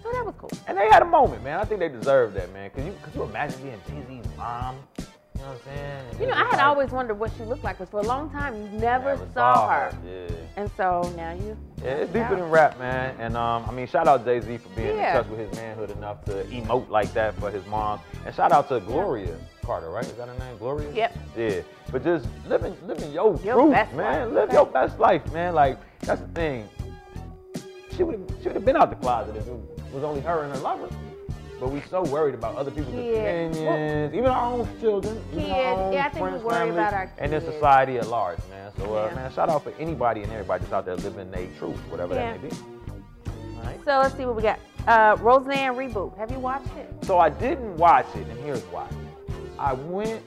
Speaker 2: So that was cool.
Speaker 1: And they had a moment, man. I think they deserved that, man. Could you, could you imagine being Jay Z's mom? You know what I'm saying? And
Speaker 2: You know,
Speaker 1: just
Speaker 2: I had
Speaker 1: like-
Speaker 2: always wondered what she looked like because for a long time you never,
Speaker 1: Never
Speaker 2: saw her.
Speaker 1: Yeah.
Speaker 2: And so now you.
Speaker 1: Yeah, it's deeper than rap, man. And um, I mean, shout out Jay Z for being
Speaker 2: Yeah.
Speaker 1: in touch with his manhood enough to emote like that for his mom. And shout out to Gloria Carter, right? Is that her name, Gloria?
Speaker 2: Yep.
Speaker 1: Yeah. But just living, living your,
Speaker 2: Your
Speaker 1: truth,
Speaker 2: best
Speaker 1: man.
Speaker 2: life,
Speaker 1: Live
Speaker 2: okay.
Speaker 1: your best life, man. Like that's the thing. She would have, she would have been out the closet if it was only her and her lover. But we so worried about other people's
Speaker 2: Yeah. Well-
Speaker 1: opinions, even our own children, even our
Speaker 2: Kids.
Speaker 1: own
Speaker 2: Yeah, I think we
Speaker 1: friends,
Speaker 2: worry
Speaker 1: family,
Speaker 2: about our
Speaker 1: and then
Speaker 2: kids.
Speaker 1: society society at large, man. So, uh,
Speaker 2: Yeah.
Speaker 1: man, shout out for anybody and everybody that's out there living their truth, whatever
Speaker 2: Yeah.
Speaker 1: that may be. All right.
Speaker 2: So let's see what we got. Uh, Roseanne reboot. Have you watched it?
Speaker 1: So I didn't watch it, and here's why. I went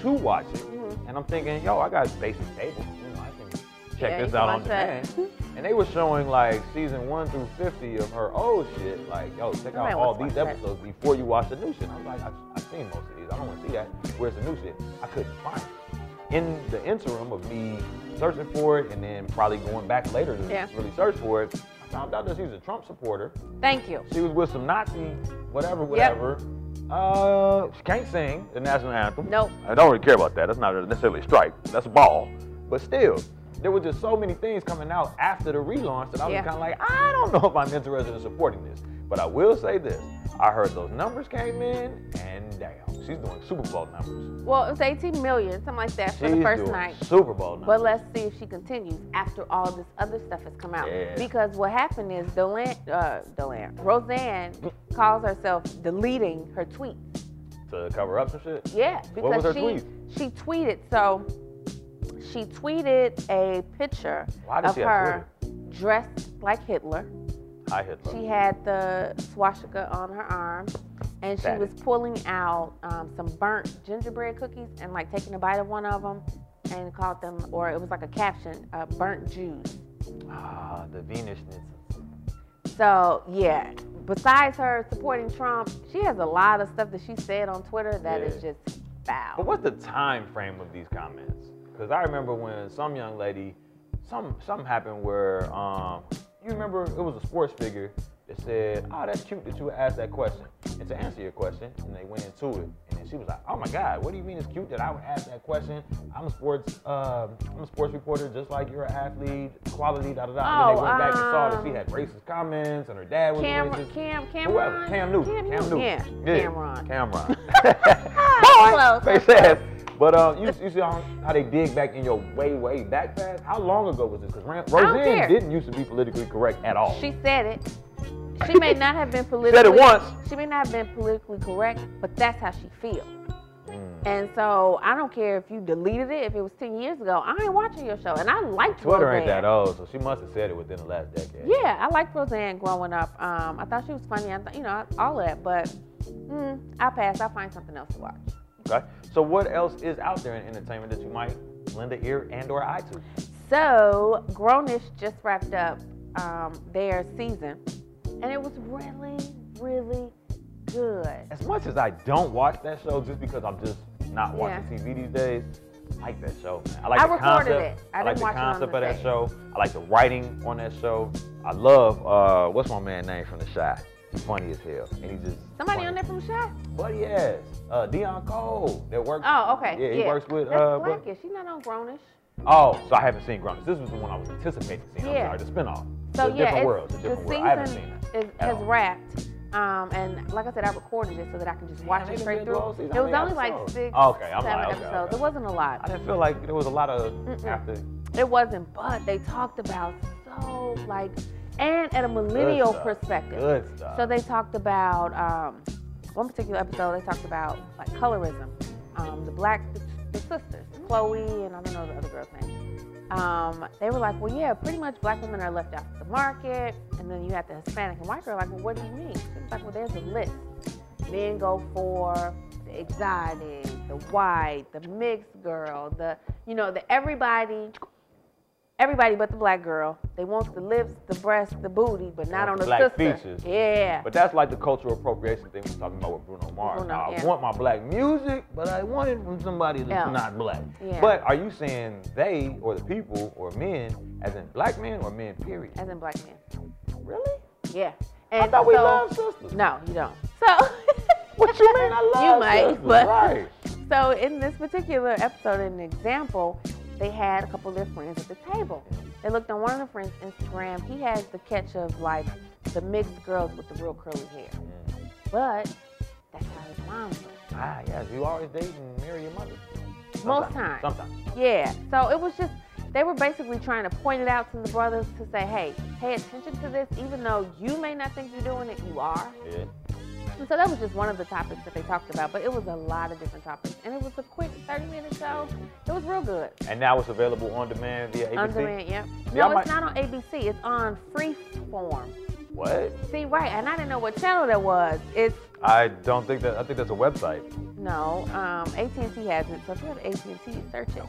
Speaker 1: to watch it,
Speaker 2: Mm-hmm.
Speaker 1: and I'm thinking, yo, I got basic cable. You know, I can check
Speaker 2: Yeah, you
Speaker 1: this
Speaker 2: can
Speaker 1: out on
Speaker 2: watch that.
Speaker 1: demand. and they were showing like season one through 50 of her old shit. Like, yo, check
Speaker 2: Somebody
Speaker 1: out all
Speaker 2: wants to
Speaker 1: these
Speaker 2: watch that.
Speaker 1: episodes before you watch the new shit. I was like, I, I've seen most of these. I don't want to see that. Where's the new shit? I couldn't find it. In the interim of me searching for it and then probably going back later to
Speaker 2: Yeah.
Speaker 1: really search for it, I found out that she's a Trump supporter.
Speaker 2: Thank you.
Speaker 1: She was with some Nazi, whatever, whatever. Uh, she can't sing the national anthem.
Speaker 2: Nope.
Speaker 1: I don't really care about that. That's not necessarily a strike. That's a ball. But still, there were just so many things coming out after the relaunch that I was
Speaker 2: Yeah.
Speaker 1: kind of like, I don't know if I'm interested in supporting this. But I will say this: I heard those numbers came in, and damn, she's doing Super Bowl numbers.
Speaker 2: Well, it was 18 million, something like that, for
Speaker 1: she's
Speaker 2: the first
Speaker 1: doing
Speaker 2: night.
Speaker 1: Super Bowl numbers.
Speaker 2: But let's see if she continues after all this other stuff has come out.
Speaker 1: Yeah.
Speaker 2: Because what happened is Dolan, uh, Dolan, Roseanne
Speaker 1: Mm.
Speaker 2: calls herself deleting her tweets.
Speaker 1: to cover up some shit.
Speaker 2: Yeah, because
Speaker 1: What was her
Speaker 2: she
Speaker 1: tweet?
Speaker 2: she tweeted so she tweeted a picture
Speaker 1: Why did
Speaker 2: of
Speaker 1: she have
Speaker 2: her dressed like Hitler.
Speaker 1: I hit. love.
Speaker 2: She had the swastika on her arm, and she
Speaker 1: Fatty.
Speaker 2: was pulling out um, some burnt gingerbread cookies and like taking a bite of one of them, and called them, or it was like a caption, uh, "burnt Jews."
Speaker 1: Ah, the Venus Schnitzels.
Speaker 2: So yeah, besides her supporting Trump, she has a lot of stuff that she said on Twitter that is
Speaker 1: Yeah.
Speaker 2: just foul.
Speaker 1: But what's the time frame of these comments? Because I remember when some young lady, some something happened where um, you remember it was a sports figure that said, "Oh, that's cute that you asked that question." And to answer your question, and they went into it, and then she was like, "Oh my God, what do you mean it's cute that I would ask that question? I'm a sports, um, I'm a sports reporter just like you're an athlete, quality, da da da." and then they
Speaker 2: Oh,
Speaker 1: went back and saw that she
Speaker 2: um,
Speaker 1: had racist comments, and her dad was
Speaker 2: Cam,
Speaker 1: racist.
Speaker 2: Cam,
Speaker 1: Whoever,
Speaker 2: Cameron,
Speaker 1: Cam Newton. Cam Newton.
Speaker 2: yeah, Cameron.
Speaker 1: Cameron. Boy,
Speaker 2: Close,
Speaker 1: face
Speaker 2: close.
Speaker 1: ass. But um, you, you see how, how they dig back in your way, way back past? How long ago was this? Because
Speaker 2: don't care.
Speaker 1: Roseanne didn't used to be politically correct at all.
Speaker 2: She said it. She may not have been politically
Speaker 1: Said it once.
Speaker 2: She may not have been politically correct, but that's how she feels.
Speaker 1: Mm.
Speaker 2: And so I don't care if you deleted it. If it was ten years ago, I ain't watching your show. And I liked
Speaker 1: Twitter
Speaker 2: Roseanne.
Speaker 1: ain't that old, so she must have said it within the last decade.
Speaker 2: Yeah, I liked Roseanne growing up. Um, I thought she was funny. I thought, you know, all of that. But mm, I pass. I find something else to watch.
Speaker 1: Okay. So what else is out there in entertainment that you might lend an ear and or eye to?
Speaker 2: So Grownish just wrapped up um, their season, and it was really, really good.
Speaker 1: As much as I don't watch that show just because I'm just not watching
Speaker 2: Yeah.
Speaker 1: TV these days, I like that show, man. I like
Speaker 2: I
Speaker 1: the
Speaker 2: recorded
Speaker 1: concept.
Speaker 2: it. I
Speaker 1: like
Speaker 2: didn't
Speaker 1: the
Speaker 2: watch it on
Speaker 1: concept
Speaker 2: the
Speaker 1: of that
Speaker 2: thing.
Speaker 1: show. I like the writing on that show. I love uh what's my man name from the shy? He's funny as hell. And he just
Speaker 2: Somebody
Speaker 1: funny.
Speaker 2: on there from Shy?
Speaker 1: Buddy yes. Uh Dion Cole that works
Speaker 2: Oh, okay.
Speaker 1: Yeah, he works with
Speaker 2: That's
Speaker 1: uh Bud-
Speaker 2: Blackish. She's not on Grownish.
Speaker 1: Oh, so I haven't seen Grumps. This was the one I was anticipating seeing.
Speaker 2: Yeah.
Speaker 1: I'm sorry, the spinoff.
Speaker 2: So
Speaker 1: the
Speaker 2: yeah,
Speaker 1: different
Speaker 2: it's-
Speaker 1: worlds, the different world. I haven't seen
Speaker 2: season
Speaker 1: it.
Speaker 2: is,
Speaker 1: at
Speaker 2: has
Speaker 1: all.
Speaker 2: wrapped. Um, and like I said, I recorded it so that I can just watch
Speaker 1: they
Speaker 2: it
Speaker 1: done
Speaker 2: straight
Speaker 1: did
Speaker 2: through.
Speaker 1: the whole season?
Speaker 2: There
Speaker 1: How
Speaker 2: was
Speaker 1: many
Speaker 2: only like
Speaker 1: episodes?
Speaker 2: six,
Speaker 1: Okay, I'm
Speaker 2: seven
Speaker 1: like, okay,
Speaker 2: episodes.
Speaker 1: okay.
Speaker 2: It wasn't a
Speaker 1: I
Speaker 2: lot.
Speaker 1: didn't feel like there was a lot of after
Speaker 2: It wasn't, but they talked about so like, and at a millennial
Speaker 1: stuff.
Speaker 2: perspective.
Speaker 1: Good stuff.
Speaker 2: So they talked about um, one particular episode. They talked about like colorism, um, the black the sisters, Chloe and I don't know the other girl's name. Um, they were like, well, yeah, pretty much black women are left out of the market. And then you have the Hispanic and white girl, like, well, what do you mean? She was like, well, there's a list. Men go for the exotic, the white, the mixed girl, the, you know, the everybody, everybody but the black girl. They want the lips, the breasts, the booty, but not
Speaker 1: want
Speaker 2: on
Speaker 1: the
Speaker 2: the
Speaker 1: black
Speaker 2: sister.
Speaker 1: features.
Speaker 2: Yeah.
Speaker 1: But that's like the cultural appropriation thing we was talking about with Bruno Mars.
Speaker 2: Bruno,
Speaker 1: Now, I
Speaker 2: yeah.
Speaker 1: want my black music, but I want it from somebody that's
Speaker 2: Yeah.
Speaker 1: not black.
Speaker 2: Yeah.
Speaker 1: But are you saying they or the people or men, as in black men or men, period?
Speaker 2: As in black men.
Speaker 1: Really?
Speaker 2: Yeah. And
Speaker 1: I thought we
Speaker 2: so-
Speaker 1: love sisters.
Speaker 2: No, you don't. So.
Speaker 1: What you mean I love
Speaker 2: You might,
Speaker 1: sisters?
Speaker 2: but-
Speaker 1: Right.
Speaker 2: So in this particular episode, in an example, they had a couple of their friends at the table. They looked on one of the friends' Instagram. He has the catch of like the mixed girls with the real curly hair,
Speaker 1: Mm.
Speaker 2: but that's how his mom looks.
Speaker 1: Ah, yes, you always date and marry your mother.
Speaker 2: Most
Speaker 1: Sometimes.
Speaker 2: times.
Speaker 1: Sometimes.
Speaker 2: Yeah. So it was just they were basically trying to point it out to the brothers to say, hey, pay attention to this, even though you may not think you're doing it, you are.
Speaker 1: Yeah.
Speaker 2: And so that was just one of the topics that they talked about, but it was a lot of different topics, and it was a quick 30-minute show. It was real good.
Speaker 1: And now it's available on demand via ABC.
Speaker 2: On demand, yep.
Speaker 1: See, I
Speaker 2: No,
Speaker 1: might-
Speaker 2: it's not on ABC. It's on Freeform.
Speaker 1: What?
Speaker 2: See, right, and I didn't know what channel that was. It's
Speaker 1: I don't think that. I think that's a website.
Speaker 2: no, um, AT&T has it. So if you have AT&T, search it.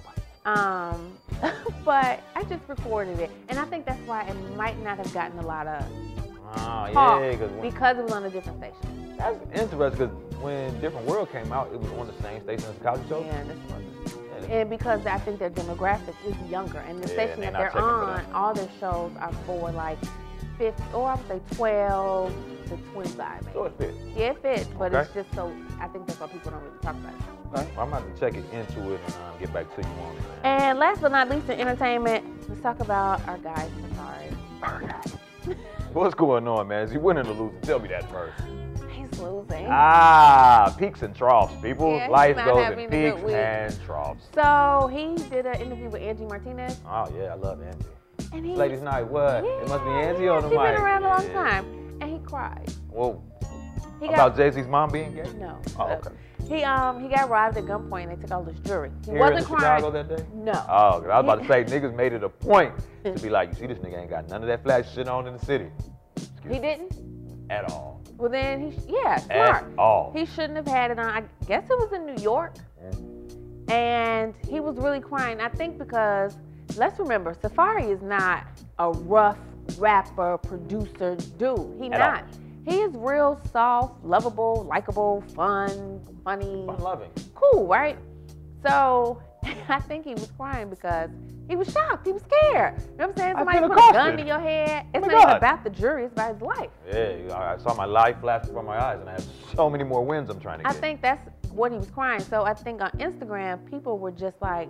Speaker 2: Um, but I just recorded it, and I think that's why it might not have gotten a lot of
Speaker 1: Ah,
Speaker 2: talk
Speaker 1: yeah, because
Speaker 2: because it was on a different station.
Speaker 1: That's interesting because when Different World came out, it was on the same station as the College Show.
Speaker 2: Yeah, and this wasn't.
Speaker 1: Yeah.
Speaker 2: And because I think their demographic is younger, and the
Speaker 1: Yeah,
Speaker 2: station
Speaker 1: they're
Speaker 2: that
Speaker 1: not
Speaker 2: they're
Speaker 1: checking for
Speaker 2: on,
Speaker 1: that.
Speaker 2: all their shows are for like 50, or I would say 12 to 25. maybe.
Speaker 1: So it fit.
Speaker 2: Yeah, it fits, but it's
Speaker 1: Okay.
Speaker 2: just so I think that's why people don't really talk about it.
Speaker 1: Okay. I'm about to check it into it and um, get back to you on it. Man.
Speaker 2: And last but not least, in entertainment, let's talk about our guy Sakari.
Speaker 1: What's going on, man? Is he winning or losing? Tell me that first.
Speaker 2: Mm. He's losing.
Speaker 1: Ah, peaks and troughs, people.
Speaker 2: Yeah, he's
Speaker 1: Life
Speaker 2: not
Speaker 1: goes
Speaker 2: having
Speaker 1: in
Speaker 2: a good
Speaker 1: peaks
Speaker 2: week.
Speaker 1: and troughs.
Speaker 2: so he did an interview with Angie Martinez,
Speaker 1: Oh yeah, I love Angie.
Speaker 2: and he
Speaker 1: Ladies night, what? it must be
Speaker 2: Yeah,
Speaker 1: Angie on the
Speaker 2: she
Speaker 1: mic.
Speaker 2: been around a long
Speaker 1: Yeah.
Speaker 2: time, and he cried.
Speaker 1: Whoa.
Speaker 2: He
Speaker 1: About Jay Z's mom being gay?
Speaker 2: got no.
Speaker 1: Oh, okay.
Speaker 2: He um he got robbed at gunpoint. and They took all his jewelry. He
Speaker 1: Here in
Speaker 2: wasn't crying.
Speaker 1: Chicago that day?
Speaker 2: No.
Speaker 1: Oh, 'cause I was about to say niggas made it a point to be like, you see, this nigga ain't got none of that flash shit on in the city. Excuse me.
Speaker 2: he didn't.
Speaker 1: At all.
Speaker 2: Well, then he yeah smart.
Speaker 1: At all.
Speaker 2: He shouldn't have had it on. I guess it was in New York. And he was really crying. I think because, let's remember, Safari is not a rough rapper, producer dude. He
Speaker 1: At all.
Speaker 2: not. He is real soft, lovable, likable, fun, funny,
Speaker 1: Fun loving.
Speaker 2: cool, right? So I think he was crying because he was shocked. He was scared. You know what I'm saying?
Speaker 1: I
Speaker 2: Somebody
Speaker 1: feel
Speaker 2: put a gun
Speaker 1: accosted.
Speaker 2: to your head.
Speaker 1: Oh
Speaker 2: It's
Speaker 1: my
Speaker 2: not even
Speaker 1: God.
Speaker 2: about the jury, it's about his life.
Speaker 1: Yeah, you- I I saw my life flash before my eyes, and I have so many more wins I'm trying to
Speaker 2: I
Speaker 1: get.
Speaker 2: think that's what he was crying. So I think on Instagram, people were just like,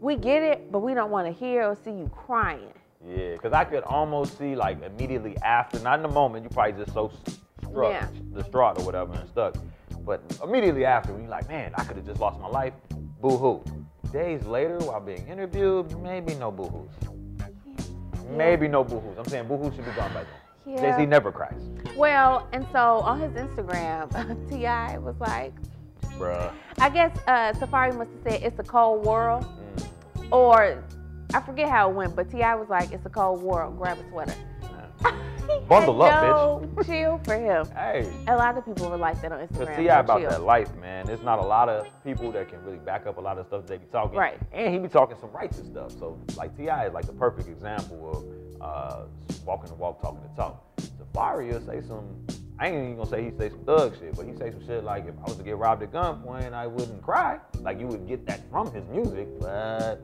Speaker 2: we get it, but we don't want to hear or see you crying.
Speaker 1: Yeah, because I could almost see like immediately after, not in the moment, you probably just so s- struck,
Speaker 2: Yeah.
Speaker 1: distraught or whatever and stuck. But immediately after, when you're like, man, I could have just lost my life, boo hoo. Days later, while being interviewed, maybe no boo hoos. Maybe no boo hoos. I'm saying boo hoos should be gone by then.
Speaker 2: Yeah.
Speaker 1: Jay Z never cries.
Speaker 2: Well, and so on his Instagram, T.I. was like,
Speaker 1: Bruh.
Speaker 2: I guess uh, Safari must have said, it's a cold world.
Speaker 1: Mm,
Speaker 2: Or I forget how it went, but T.I. was like, it's a cold world, grab a sweater.
Speaker 1: nah.
Speaker 2: He
Speaker 1: Bundle
Speaker 2: had
Speaker 1: up,
Speaker 2: no Chill for him.
Speaker 1: Hey.
Speaker 2: A lot of people were like that on
Speaker 1: Cause
Speaker 2: Instagram.
Speaker 1: Ti
Speaker 2: no
Speaker 1: about
Speaker 2: chill.
Speaker 1: that life, man. There's not a lot of people that can really back up a lot of stuff they be talking.
Speaker 2: Right.
Speaker 1: And he be talking some righteous stuff. So like Ti is like the perfect example of uh, walking the walk, talking the talk. Safari will say some. I ain't even gonna say he say some thug shit, but he say some shit like if I was to get robbed at gunpoint, I wouldn't cry. Like you would get that from his music, but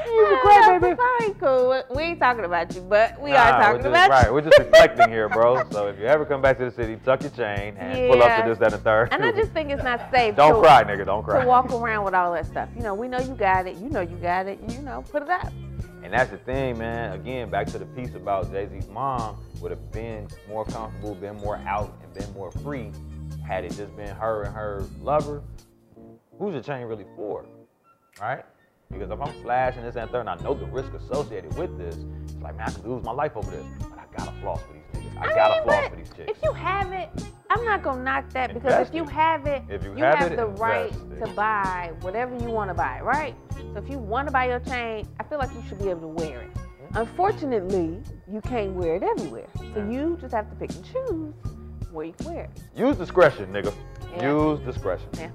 Speaker 2: Ah,
Speaker 1: cry, baby.
Speaker 2: Safari cool. We ain't talking about you, but we
Speaker 1: Nah,
Speaker 2: are
Speaker 1: we're
Speaker 2: talking
Speaker 1: just,
Speaker 2: about
Speaker 1: right.
Speaker 2: you.
Speaker 1: We're just reflecting here, bro. So if you ever come back to the city, tuck your chain and pull up
Speaker 2: Yeah.
Speaker 1: to this, that, and third.
Speaker 2: And I just think it's not safe.
Speaker 1: don't
Speaker 2: to,
Speaker 1: cry, nigga. Don't cry.
Speaker 2: To walk around with all that stuff. You know, we know you got it. You know you got it. You know, put it up.
Speaker 1: And that's the thing, man. Again, back to the piece about Jay Z's mom would have been more comfortable, been more out, and been more free had it just been her and her lover. Who's the chain really for? Right? Because if I'm flashing this and that, and I know the risk associated with this, it's like, man, I could lose my life over this. But I gotta floss for these niggas. I, gotta
Speaker 2: mean,
Speaker 1: floss
Speaker 2: but
Speaker 1: for these chicks.
Speaker 2: If you have it, I'm not gonna knock that because
Speaker 1: Invest
Speaker 2: if you
Speaker 1: it.
Speaker 2: have it,
Speaker 1: If you
Speaker 2: you,
Speaker 1: have
Speaker 2: have,
Speaker 1: it,
Speaker 2: the
Speaker 1: invest
Speaker 2: right
Speaker 1: it.
Speaker 2: to buy whatever you want to buy, right? So if you want to buy your chain, I feel like you should be able to wear it. Unfortunately, you can't wear it everywhere, so
Speaker 1: Mm.
Speaker 2: you just have to pick and choose where you can wear it.
Speaker 1: Use discretion, nigga.
Speaker 2: Yeah.
Speaker 1: Use discretion.
Speaker 2: Yeah.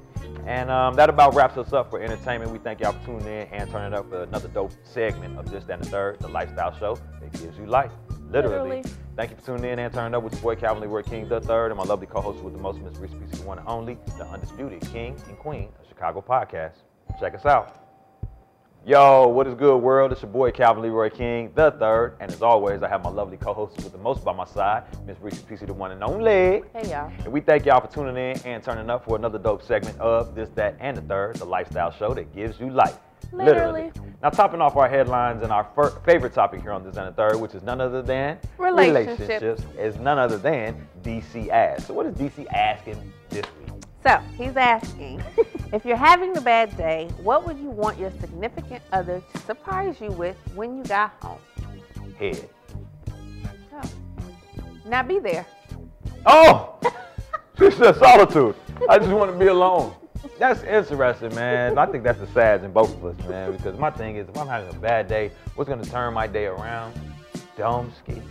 Speaker 1: And um, that about wraps us up for entertainment. We thank y'all for tuning in and turning up for another dope segment of This, That, and the Third, the lifestyle show that gives you life. Literally.
Speaker 2: Literally.
Speaker 1: Thank you for tuning in and turning up with your boy Calvin Leroy King the Third and my lovely co-host with the most Miss Rich Species One and Only, the undisputed King and Queen of Chicago Podcast. Check us out. Yo, what is good, world? It's your boy Calvin Leroy King, the third, and as always, I have my lovely co-host with the most by my side, Miss Reese PC, the one and only.
Speaker 2: Hey y'all.
Speaker 1: And we thank y'all for tuning in and turning up for another dope segment of This, That, and the Third, the lifestyle show that gives you life.
Speaker 2: Literally.
Speaker 1: Now, topping off our headlines and our fir- favorite topic here on This, That, and the Third, which is none other than
Speaker 2: Relationships.
Speaker 1: is none other than DC Ass. So, what is DC asking this week?
Speaker 2: So he's asking, if you're having a bad day, what would you want your significant other to surprise you with when you got home?
Speaker 1: Head.
Speaker 2: Oh. Not be there.
Speaker 1: Oh! she said solitude. I just want to be alone. That's interesting, man. I think that's the sads in both of us, man. Because my thing is, if I'm having a bad day, what's gonna turn my day around? Domski,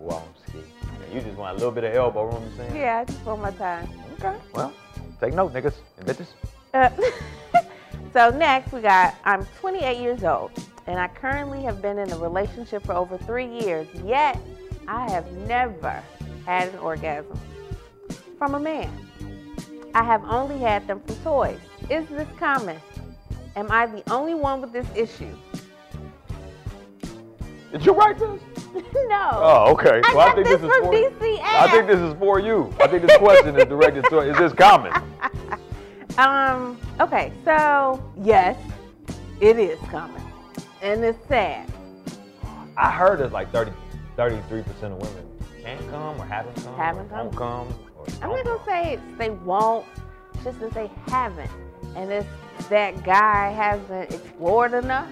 Speaker 1: Womski. You just want a little bit of elbow room, you saying?
Speaker 2: Yeah, just one more time.
Speaker 1: Okay. Well, take note, niggas and bitches.
Speaker 2: Uh, so next we got I'm 28 years old and I currently have been in a relationship for over three years. Yet I have never had an orgasm from a man. I have only had them from toys. Is this common? Am I the only one with this issue?
Speaker 1: Did you write this?
Speaker 2: no.
Speaker 1: Oh, okay.
Speaker 2: I
Speaker 1: well,
Speaker 2: got
Speaker 1: I think
Speaker 2: this,
Speaker 1: this, is
Speaker 2: from
Speaker 1: for
Speaker 2: DCS.
Speaker 1: I think this is for you. I think this question is directed to. Is this common?
Speaker 2: Um, okay, so yes, it is common. And it's sad.
Speaker 1: I heard it's like 30, 33% of women can't come or haven't come. or
Speaker 2: Haven't come.
Speaker 1: Won't come. Or
Speaker 2: I'm
Speaker 1: don't
Speaker 2: not gonna
Speaker 1: come.
Speaker 2: say it's they won't, it's just that they haven't. And it's that guy hasn't explored enough,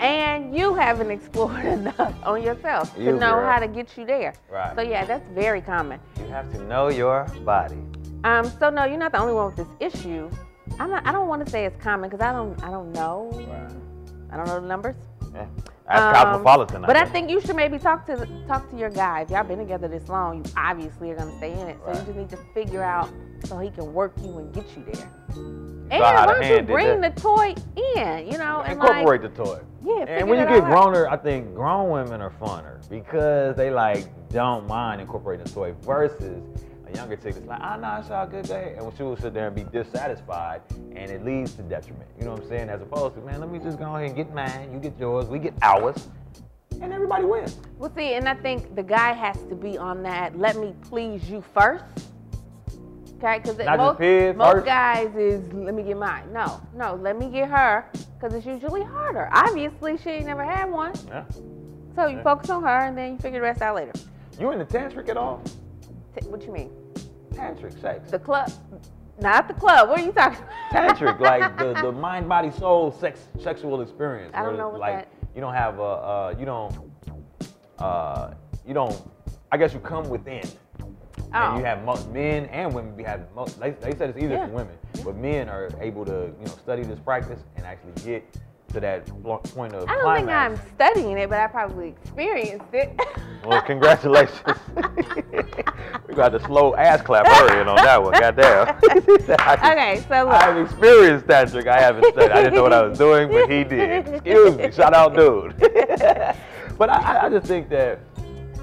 Speaker 2: and you haven't explored enough on yourself
Speaker 1: You,
Speaker 2: to know
Speaker 1: girl.
Speaker 2: how to get you there.
Speaker 1: Right.
Speaker 2: So yeah, that's very common.
Speaker 1: You have to know your body.
Speaker 2: Um, so no, you're not the only one with this issue. I'm not, I don't want to say it's common because I don't I don't know
Speaker 1: Right.
Speaker 2: I don't know the numbers.
Speaker 1: Yeah. Ask
Speaker 2: Um,
Speaker 1: Cosmopolitan.
Speaker 2: But I
Speaker 1: guess.
Speaker 2: think you should maybe talk to talk to your guy. If y'all been together this long, you obviously are gonna stay in it. So
Speaker 1: Right.
Speaker 2: you just need to figure out so he can work you and get you there.
Speaker 1: saw
Speaker 2: And
Speaker 1: how the
Speaker 2: why don't you
Speaker 1: hand did
Speaker 2: bring the
Speaker 1: that.
Speaker 2: toy in? You know, and like
Speaker 1: Incorporate the toy.
Speaker 2: yeah. figure
Speaker 1: And when you
Speaker 2: that
Speaker 1: get
Speaker 2: all out.
Speaker 1: growner, I think grown women are funner because they like don't mind incorporating the toy versus a younger chick that's like, ah, nah, it's all good, go ahead. And when she will sit there and be dissatisfied, and it leads to detriment. You know what I'm saying? As opposed to, man, let me just go ahead and get mine, you get yours, we get ours, and everybody wins.
Speaker 2: Well, see, and I think the guy has to be on that. Let me please you first. Okay, because
Speaker 1: Not just
Speaker 2: most,
Speaker 1: pig
Speaker 2: most
Speaker 1: first?
Speaker 2: guys is let me get mine. No, no, let me get her because it's usually harder. Obviously, she ain't never had one,
Speaker 1: Yeah.
Speaker 2: so you
Speaker 1: Yeah.
Speaker 2: focus on her and then you figure the rest out later.
Speaker 1: You in the tantric at all?
Speaker 2: T- what you mean?
Speaker 1: Tantric sex.
Speaker 2: The club? Not the club. What are you talking? about?
Speaker 1: tantric, like the, the mind, body, soul, sex, sexual experience.
Speaker 2: I don't
Speaker 1: where,
Speaker 2: know what
Speaker 1: like
Speaker 2: that-
Speaker 1: you don't have a, uh, you don't, uh, you don't. I guess you come within.
Speaker 2: Oh.
Speaker 1: And you have mo- men and women. We have mo- they, they said it's easier
Speaker 2: Yeah.
Speaker 1: for women, but men are able to you know study this practice and actually get to that blo- point of
Speaker 2: I don't think I'm
Speaker 1: climax.
Speaker 2: studying it, but I probably experienced it.
Speaker 1: Well, congratulations. we got the slow ass clap hurry in on that one. Goddamn.
Speaker 2: Okay, so look.
Speaker 1: I've experienced that trick. I haven't studied. I didn't know what I was doing, but he did. Excuse me. Shout out, dude. but I, I- I just think that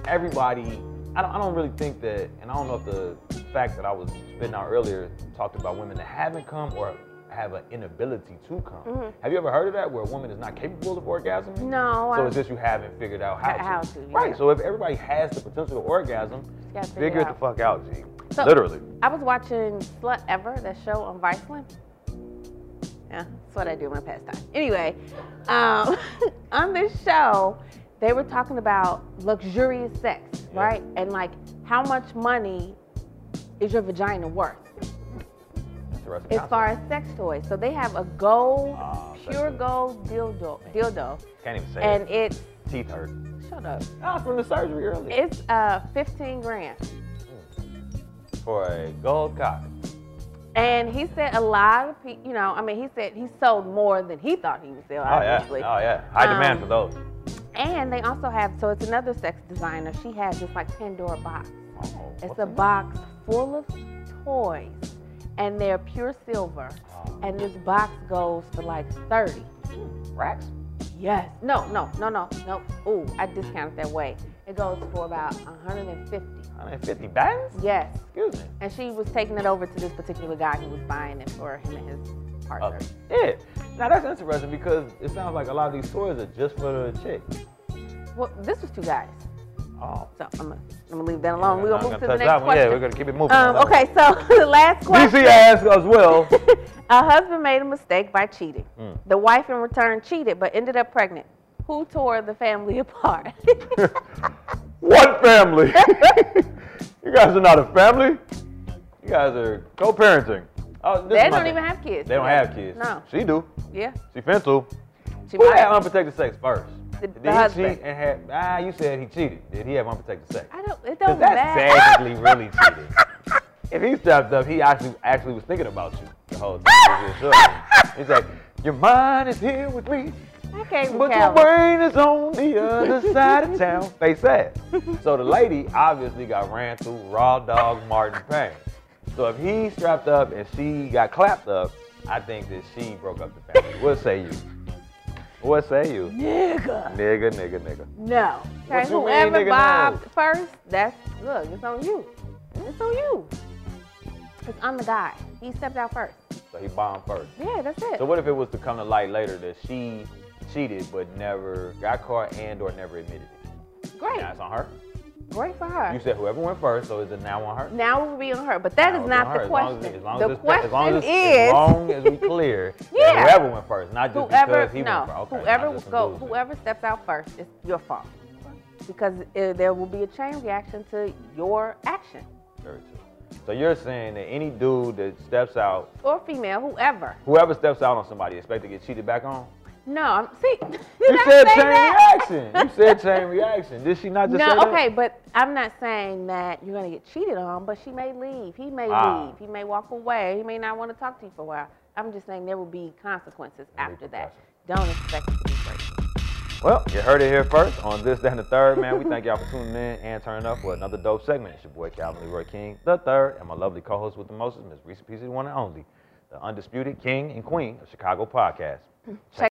Speaker 1: everybody. I don't, I don't really think that, and I don't know if the fact that I was spitting out earlier talked about women that haven't come or have an inability to come. Have you ever heard of that, where a woman is not capable of orgasming?
Speaker 2: Mm-hmm. No,
Speaker 1: So
Speaker 2: I-
Speaker 1: it's just you haven't figured out how to.
Speaker 2: How to, yeah.
Speaker 1: Right. So if everybody has the potential to orgasm,
Speaker 2: gotta
Speaker 1: figure,
Speaker 2: figure
Speaker 1: it the
Speaker 2: out.
Speaker 1: fuck out, G.
Speaker 2: So-
Speaker 1: Literally.
Speaker 2: I was watching Slut Ever, that show on Viceland. Yeah, that's what I do in my pastime. Anyway, um, on this show, they were talking about luxurious sex,
Speaker 1: Yeah.
Speaker 2: right? And like, how much money is your vagina worth?
Speaker 1: Interesting
Speaker 2: as far as sex toys. So they have a gold,
Speaker 1: Ah, sex
Speaker 2: pure
Speaker 1: toys.
Speaker 2: gold dildo, dildo,
Speaker 1: Can't even say
Speaker 2: and
Speaker 1: it.
Speaker 2: it's
Speaker 1: Teeth hurt.
Speaker 2: shut up.
Speaker 1: Ah, from the surgery earlier.
Speaker 2: It's uh 15 grand
Speaker 1: For for a gold cop.
Speaker 2: And he said a lot of people, you know, I mean, he said he sold more than he thought he would sell,
Speaker 1: Oh yeah, oh
Speaker 2: obviously.
Speaker 1: yeah. High demand
Speaker 2: Um,
Speaker 1: for those.
Speaker 2: And they also have, so it's another sex designer. She has this like Pandora box.
Speaker 1: Oh,
Speaker 2: It's
Speaker 1: what's
Speaker 2: a
Speaker 1: in it?
Speaker 2: box full of toys, and they're pure silver.
Speaker 1: Oh,
Speaker 2: And this box goes for like 30.
Speaker 1: Racks.
Speaker 2: Yes. No, no, no, no, no. Ooh, I discounted that way. It goes for about 150.
Speaker 1: 150 bands.
Speaker 2: Yes.
Speaker 1: Excuse me.
Speaker 2: And she was taking it over to this particular guy who was buying it for him and his partner.
Speaker 1: Okay. Yeah. Now that's interesting because it sounds like a lot of these toys are just for the chick.
Speaker 2: Well, this was two guys.
Speaker 1: Oh.
Speaker 2: So I'm gonna, I'm gonna leave that alone. We're
Speaker 1: I'm
Speaker 2: gonna move
Speaker 1: gonna
Speaker 2: to the
Speaker 1: touch
Speaker 2: next
Speaker 1: that one.
Speaker 2: question.
Speaker 1: Yeah, we're gonna keep it moving.
Speaker 2: um,
Speaker 1: on that
Speaker 2: okay, so the last
Speaker 1: one.
Speaker 2: question.
Speaker 1: DC asked as well.
Speaker 2: a husband made a mistake by cheating.
Speaker 1: Mm.
Speaker 2: The wife in return cheated but ended up pregnant. Who tore the family apart?
Speaker 1: One family. you guys are not a family. You guys are co-parenting. Oh, this
Speaker 2: they
Speaker 1: is my
Speaker 2: don't
Speaker 1: thing.
Speaker 2: even have kids.
Speaker 1: They don't
Speaker 2: together.
Speaker 1: have kids.
Speaker 2: No.
Speaker 1: She do.
Speaker 2: Yeah.
Speaker 1: She fin to.
Speaker 2: She
Speaker 1: Who
Speaker 2: might.
Speaker 1: had unprotected sex first?
Speaker 2: The-
Speaker 1: Did
Speaker 2: the
Speaker 1: he
Speaker 2: husband.
Speaker 1: cheat and had? Ah, you said he cheated. Did he have unprotected sex?
Speaker 2: I don't.
Speaker 1: Because
Speaker 2: It don't
Speaker 1: that's
Speaker 2: matter.
Speaker 1: technically really cheating. If he stepped up, he actually actually was thinking about you the whole time. he was here, sure. He's like, your mind is here with me,
Speaker 2: I can't be
Speaker 1: but your
Speaker 2: callous.
Speaker 1: brain is on the other side of town. They said. So the lady obviously got ran through raw dog Martin Payne. So if he strapped up and she got clapped up, I think that she broke up the family. What say you? What say you?
Speaker 2: Nigga.
Speaker 1: Nigga, nigga, nigga.
Speaker 2: No. Okay.
Speaker 1: What you mean,
Speaker 2: Whoever
Speaker 1: nigga, no?
Speaker 2: bobbed first, that's look. It's on you. It's on you. It's on the guy. He stepped out first.
Speaker 1: So he bombed first.
Speaker 2: Yeah, that's it.
Speaker 1: So what if it was to come to light later that she cheated but never got caught and or never admitted it?
Speaker 2: Great.
Speaker 1: Now it's on her.
Speaker 2: Great for her.
Speaker 1: You said whoever went first, so is it now on her?
Speaker 2: Now it will be on her, but that
Speaker 1: Now it's
Speaker 2: is
Speaker 1: on
Speaker 2: not
Speaker 1: her,
Speaker 2: the
Speaker 1: as long as-
Speaker 2: question.
Speaker 1: as long as
Speaker 2: the
Speaker 1: it's clear-
Speaker 2: question
Speaker 1: as long as, it's-
Speaker 2: is
Speaker 1: as long as we clear, that
Speaker 2: Yeah.
Speaker 1: whoever went first, not just
Speaker 2: whoever
Speaker 1: because he
Speaker 2: no
Speaker 1: went first. Okay,
Speaker 2: whoever
Speaker 1: not just some
Speaker 2: go
Speaker 1: dude said.
Speaker 2: whoever steps out first, it's your fault because uh there will be a chain reaction to your action
Speaker 1: Very true. So you're saying that any dude that steps out,
Speaker 2: or female, whoever.
Speaker 1: whoever steps out on somebody, expect to get cheated back on?
Speaker 2: No, I'm see. Did
Speaker 1: You
Speaker 2: I
Speaker 1: said
Speaker 2: say
Speaker 1: chain
Speaker 2: that?
Speaker 1: reaction. You said chain reaction. Did she not just say
Speaker 2: No,
Speaker 1: that?
Speaker 2: okay, but I'm not saying that you're gonna get cheated on, but she may leave. He may
Speaker 1: Ah.
Speaker 2: leave. He may walk away. He may not want to talk to you for a while. I'm just saying there will be consequences
Speaker 1: There will be
Speaker 2: after that. Don't expect it to be great.
Speaker 1: Well, you heard it here first on this, that, and the third, man. We thank y'all for tuning in and turning up for another dope segment. It's your boy Calvin Leroy King, the third, and my lovely co-host with the most, Miss Reese Pieces, one and only, the undisputed king and queen of Chicago podcast.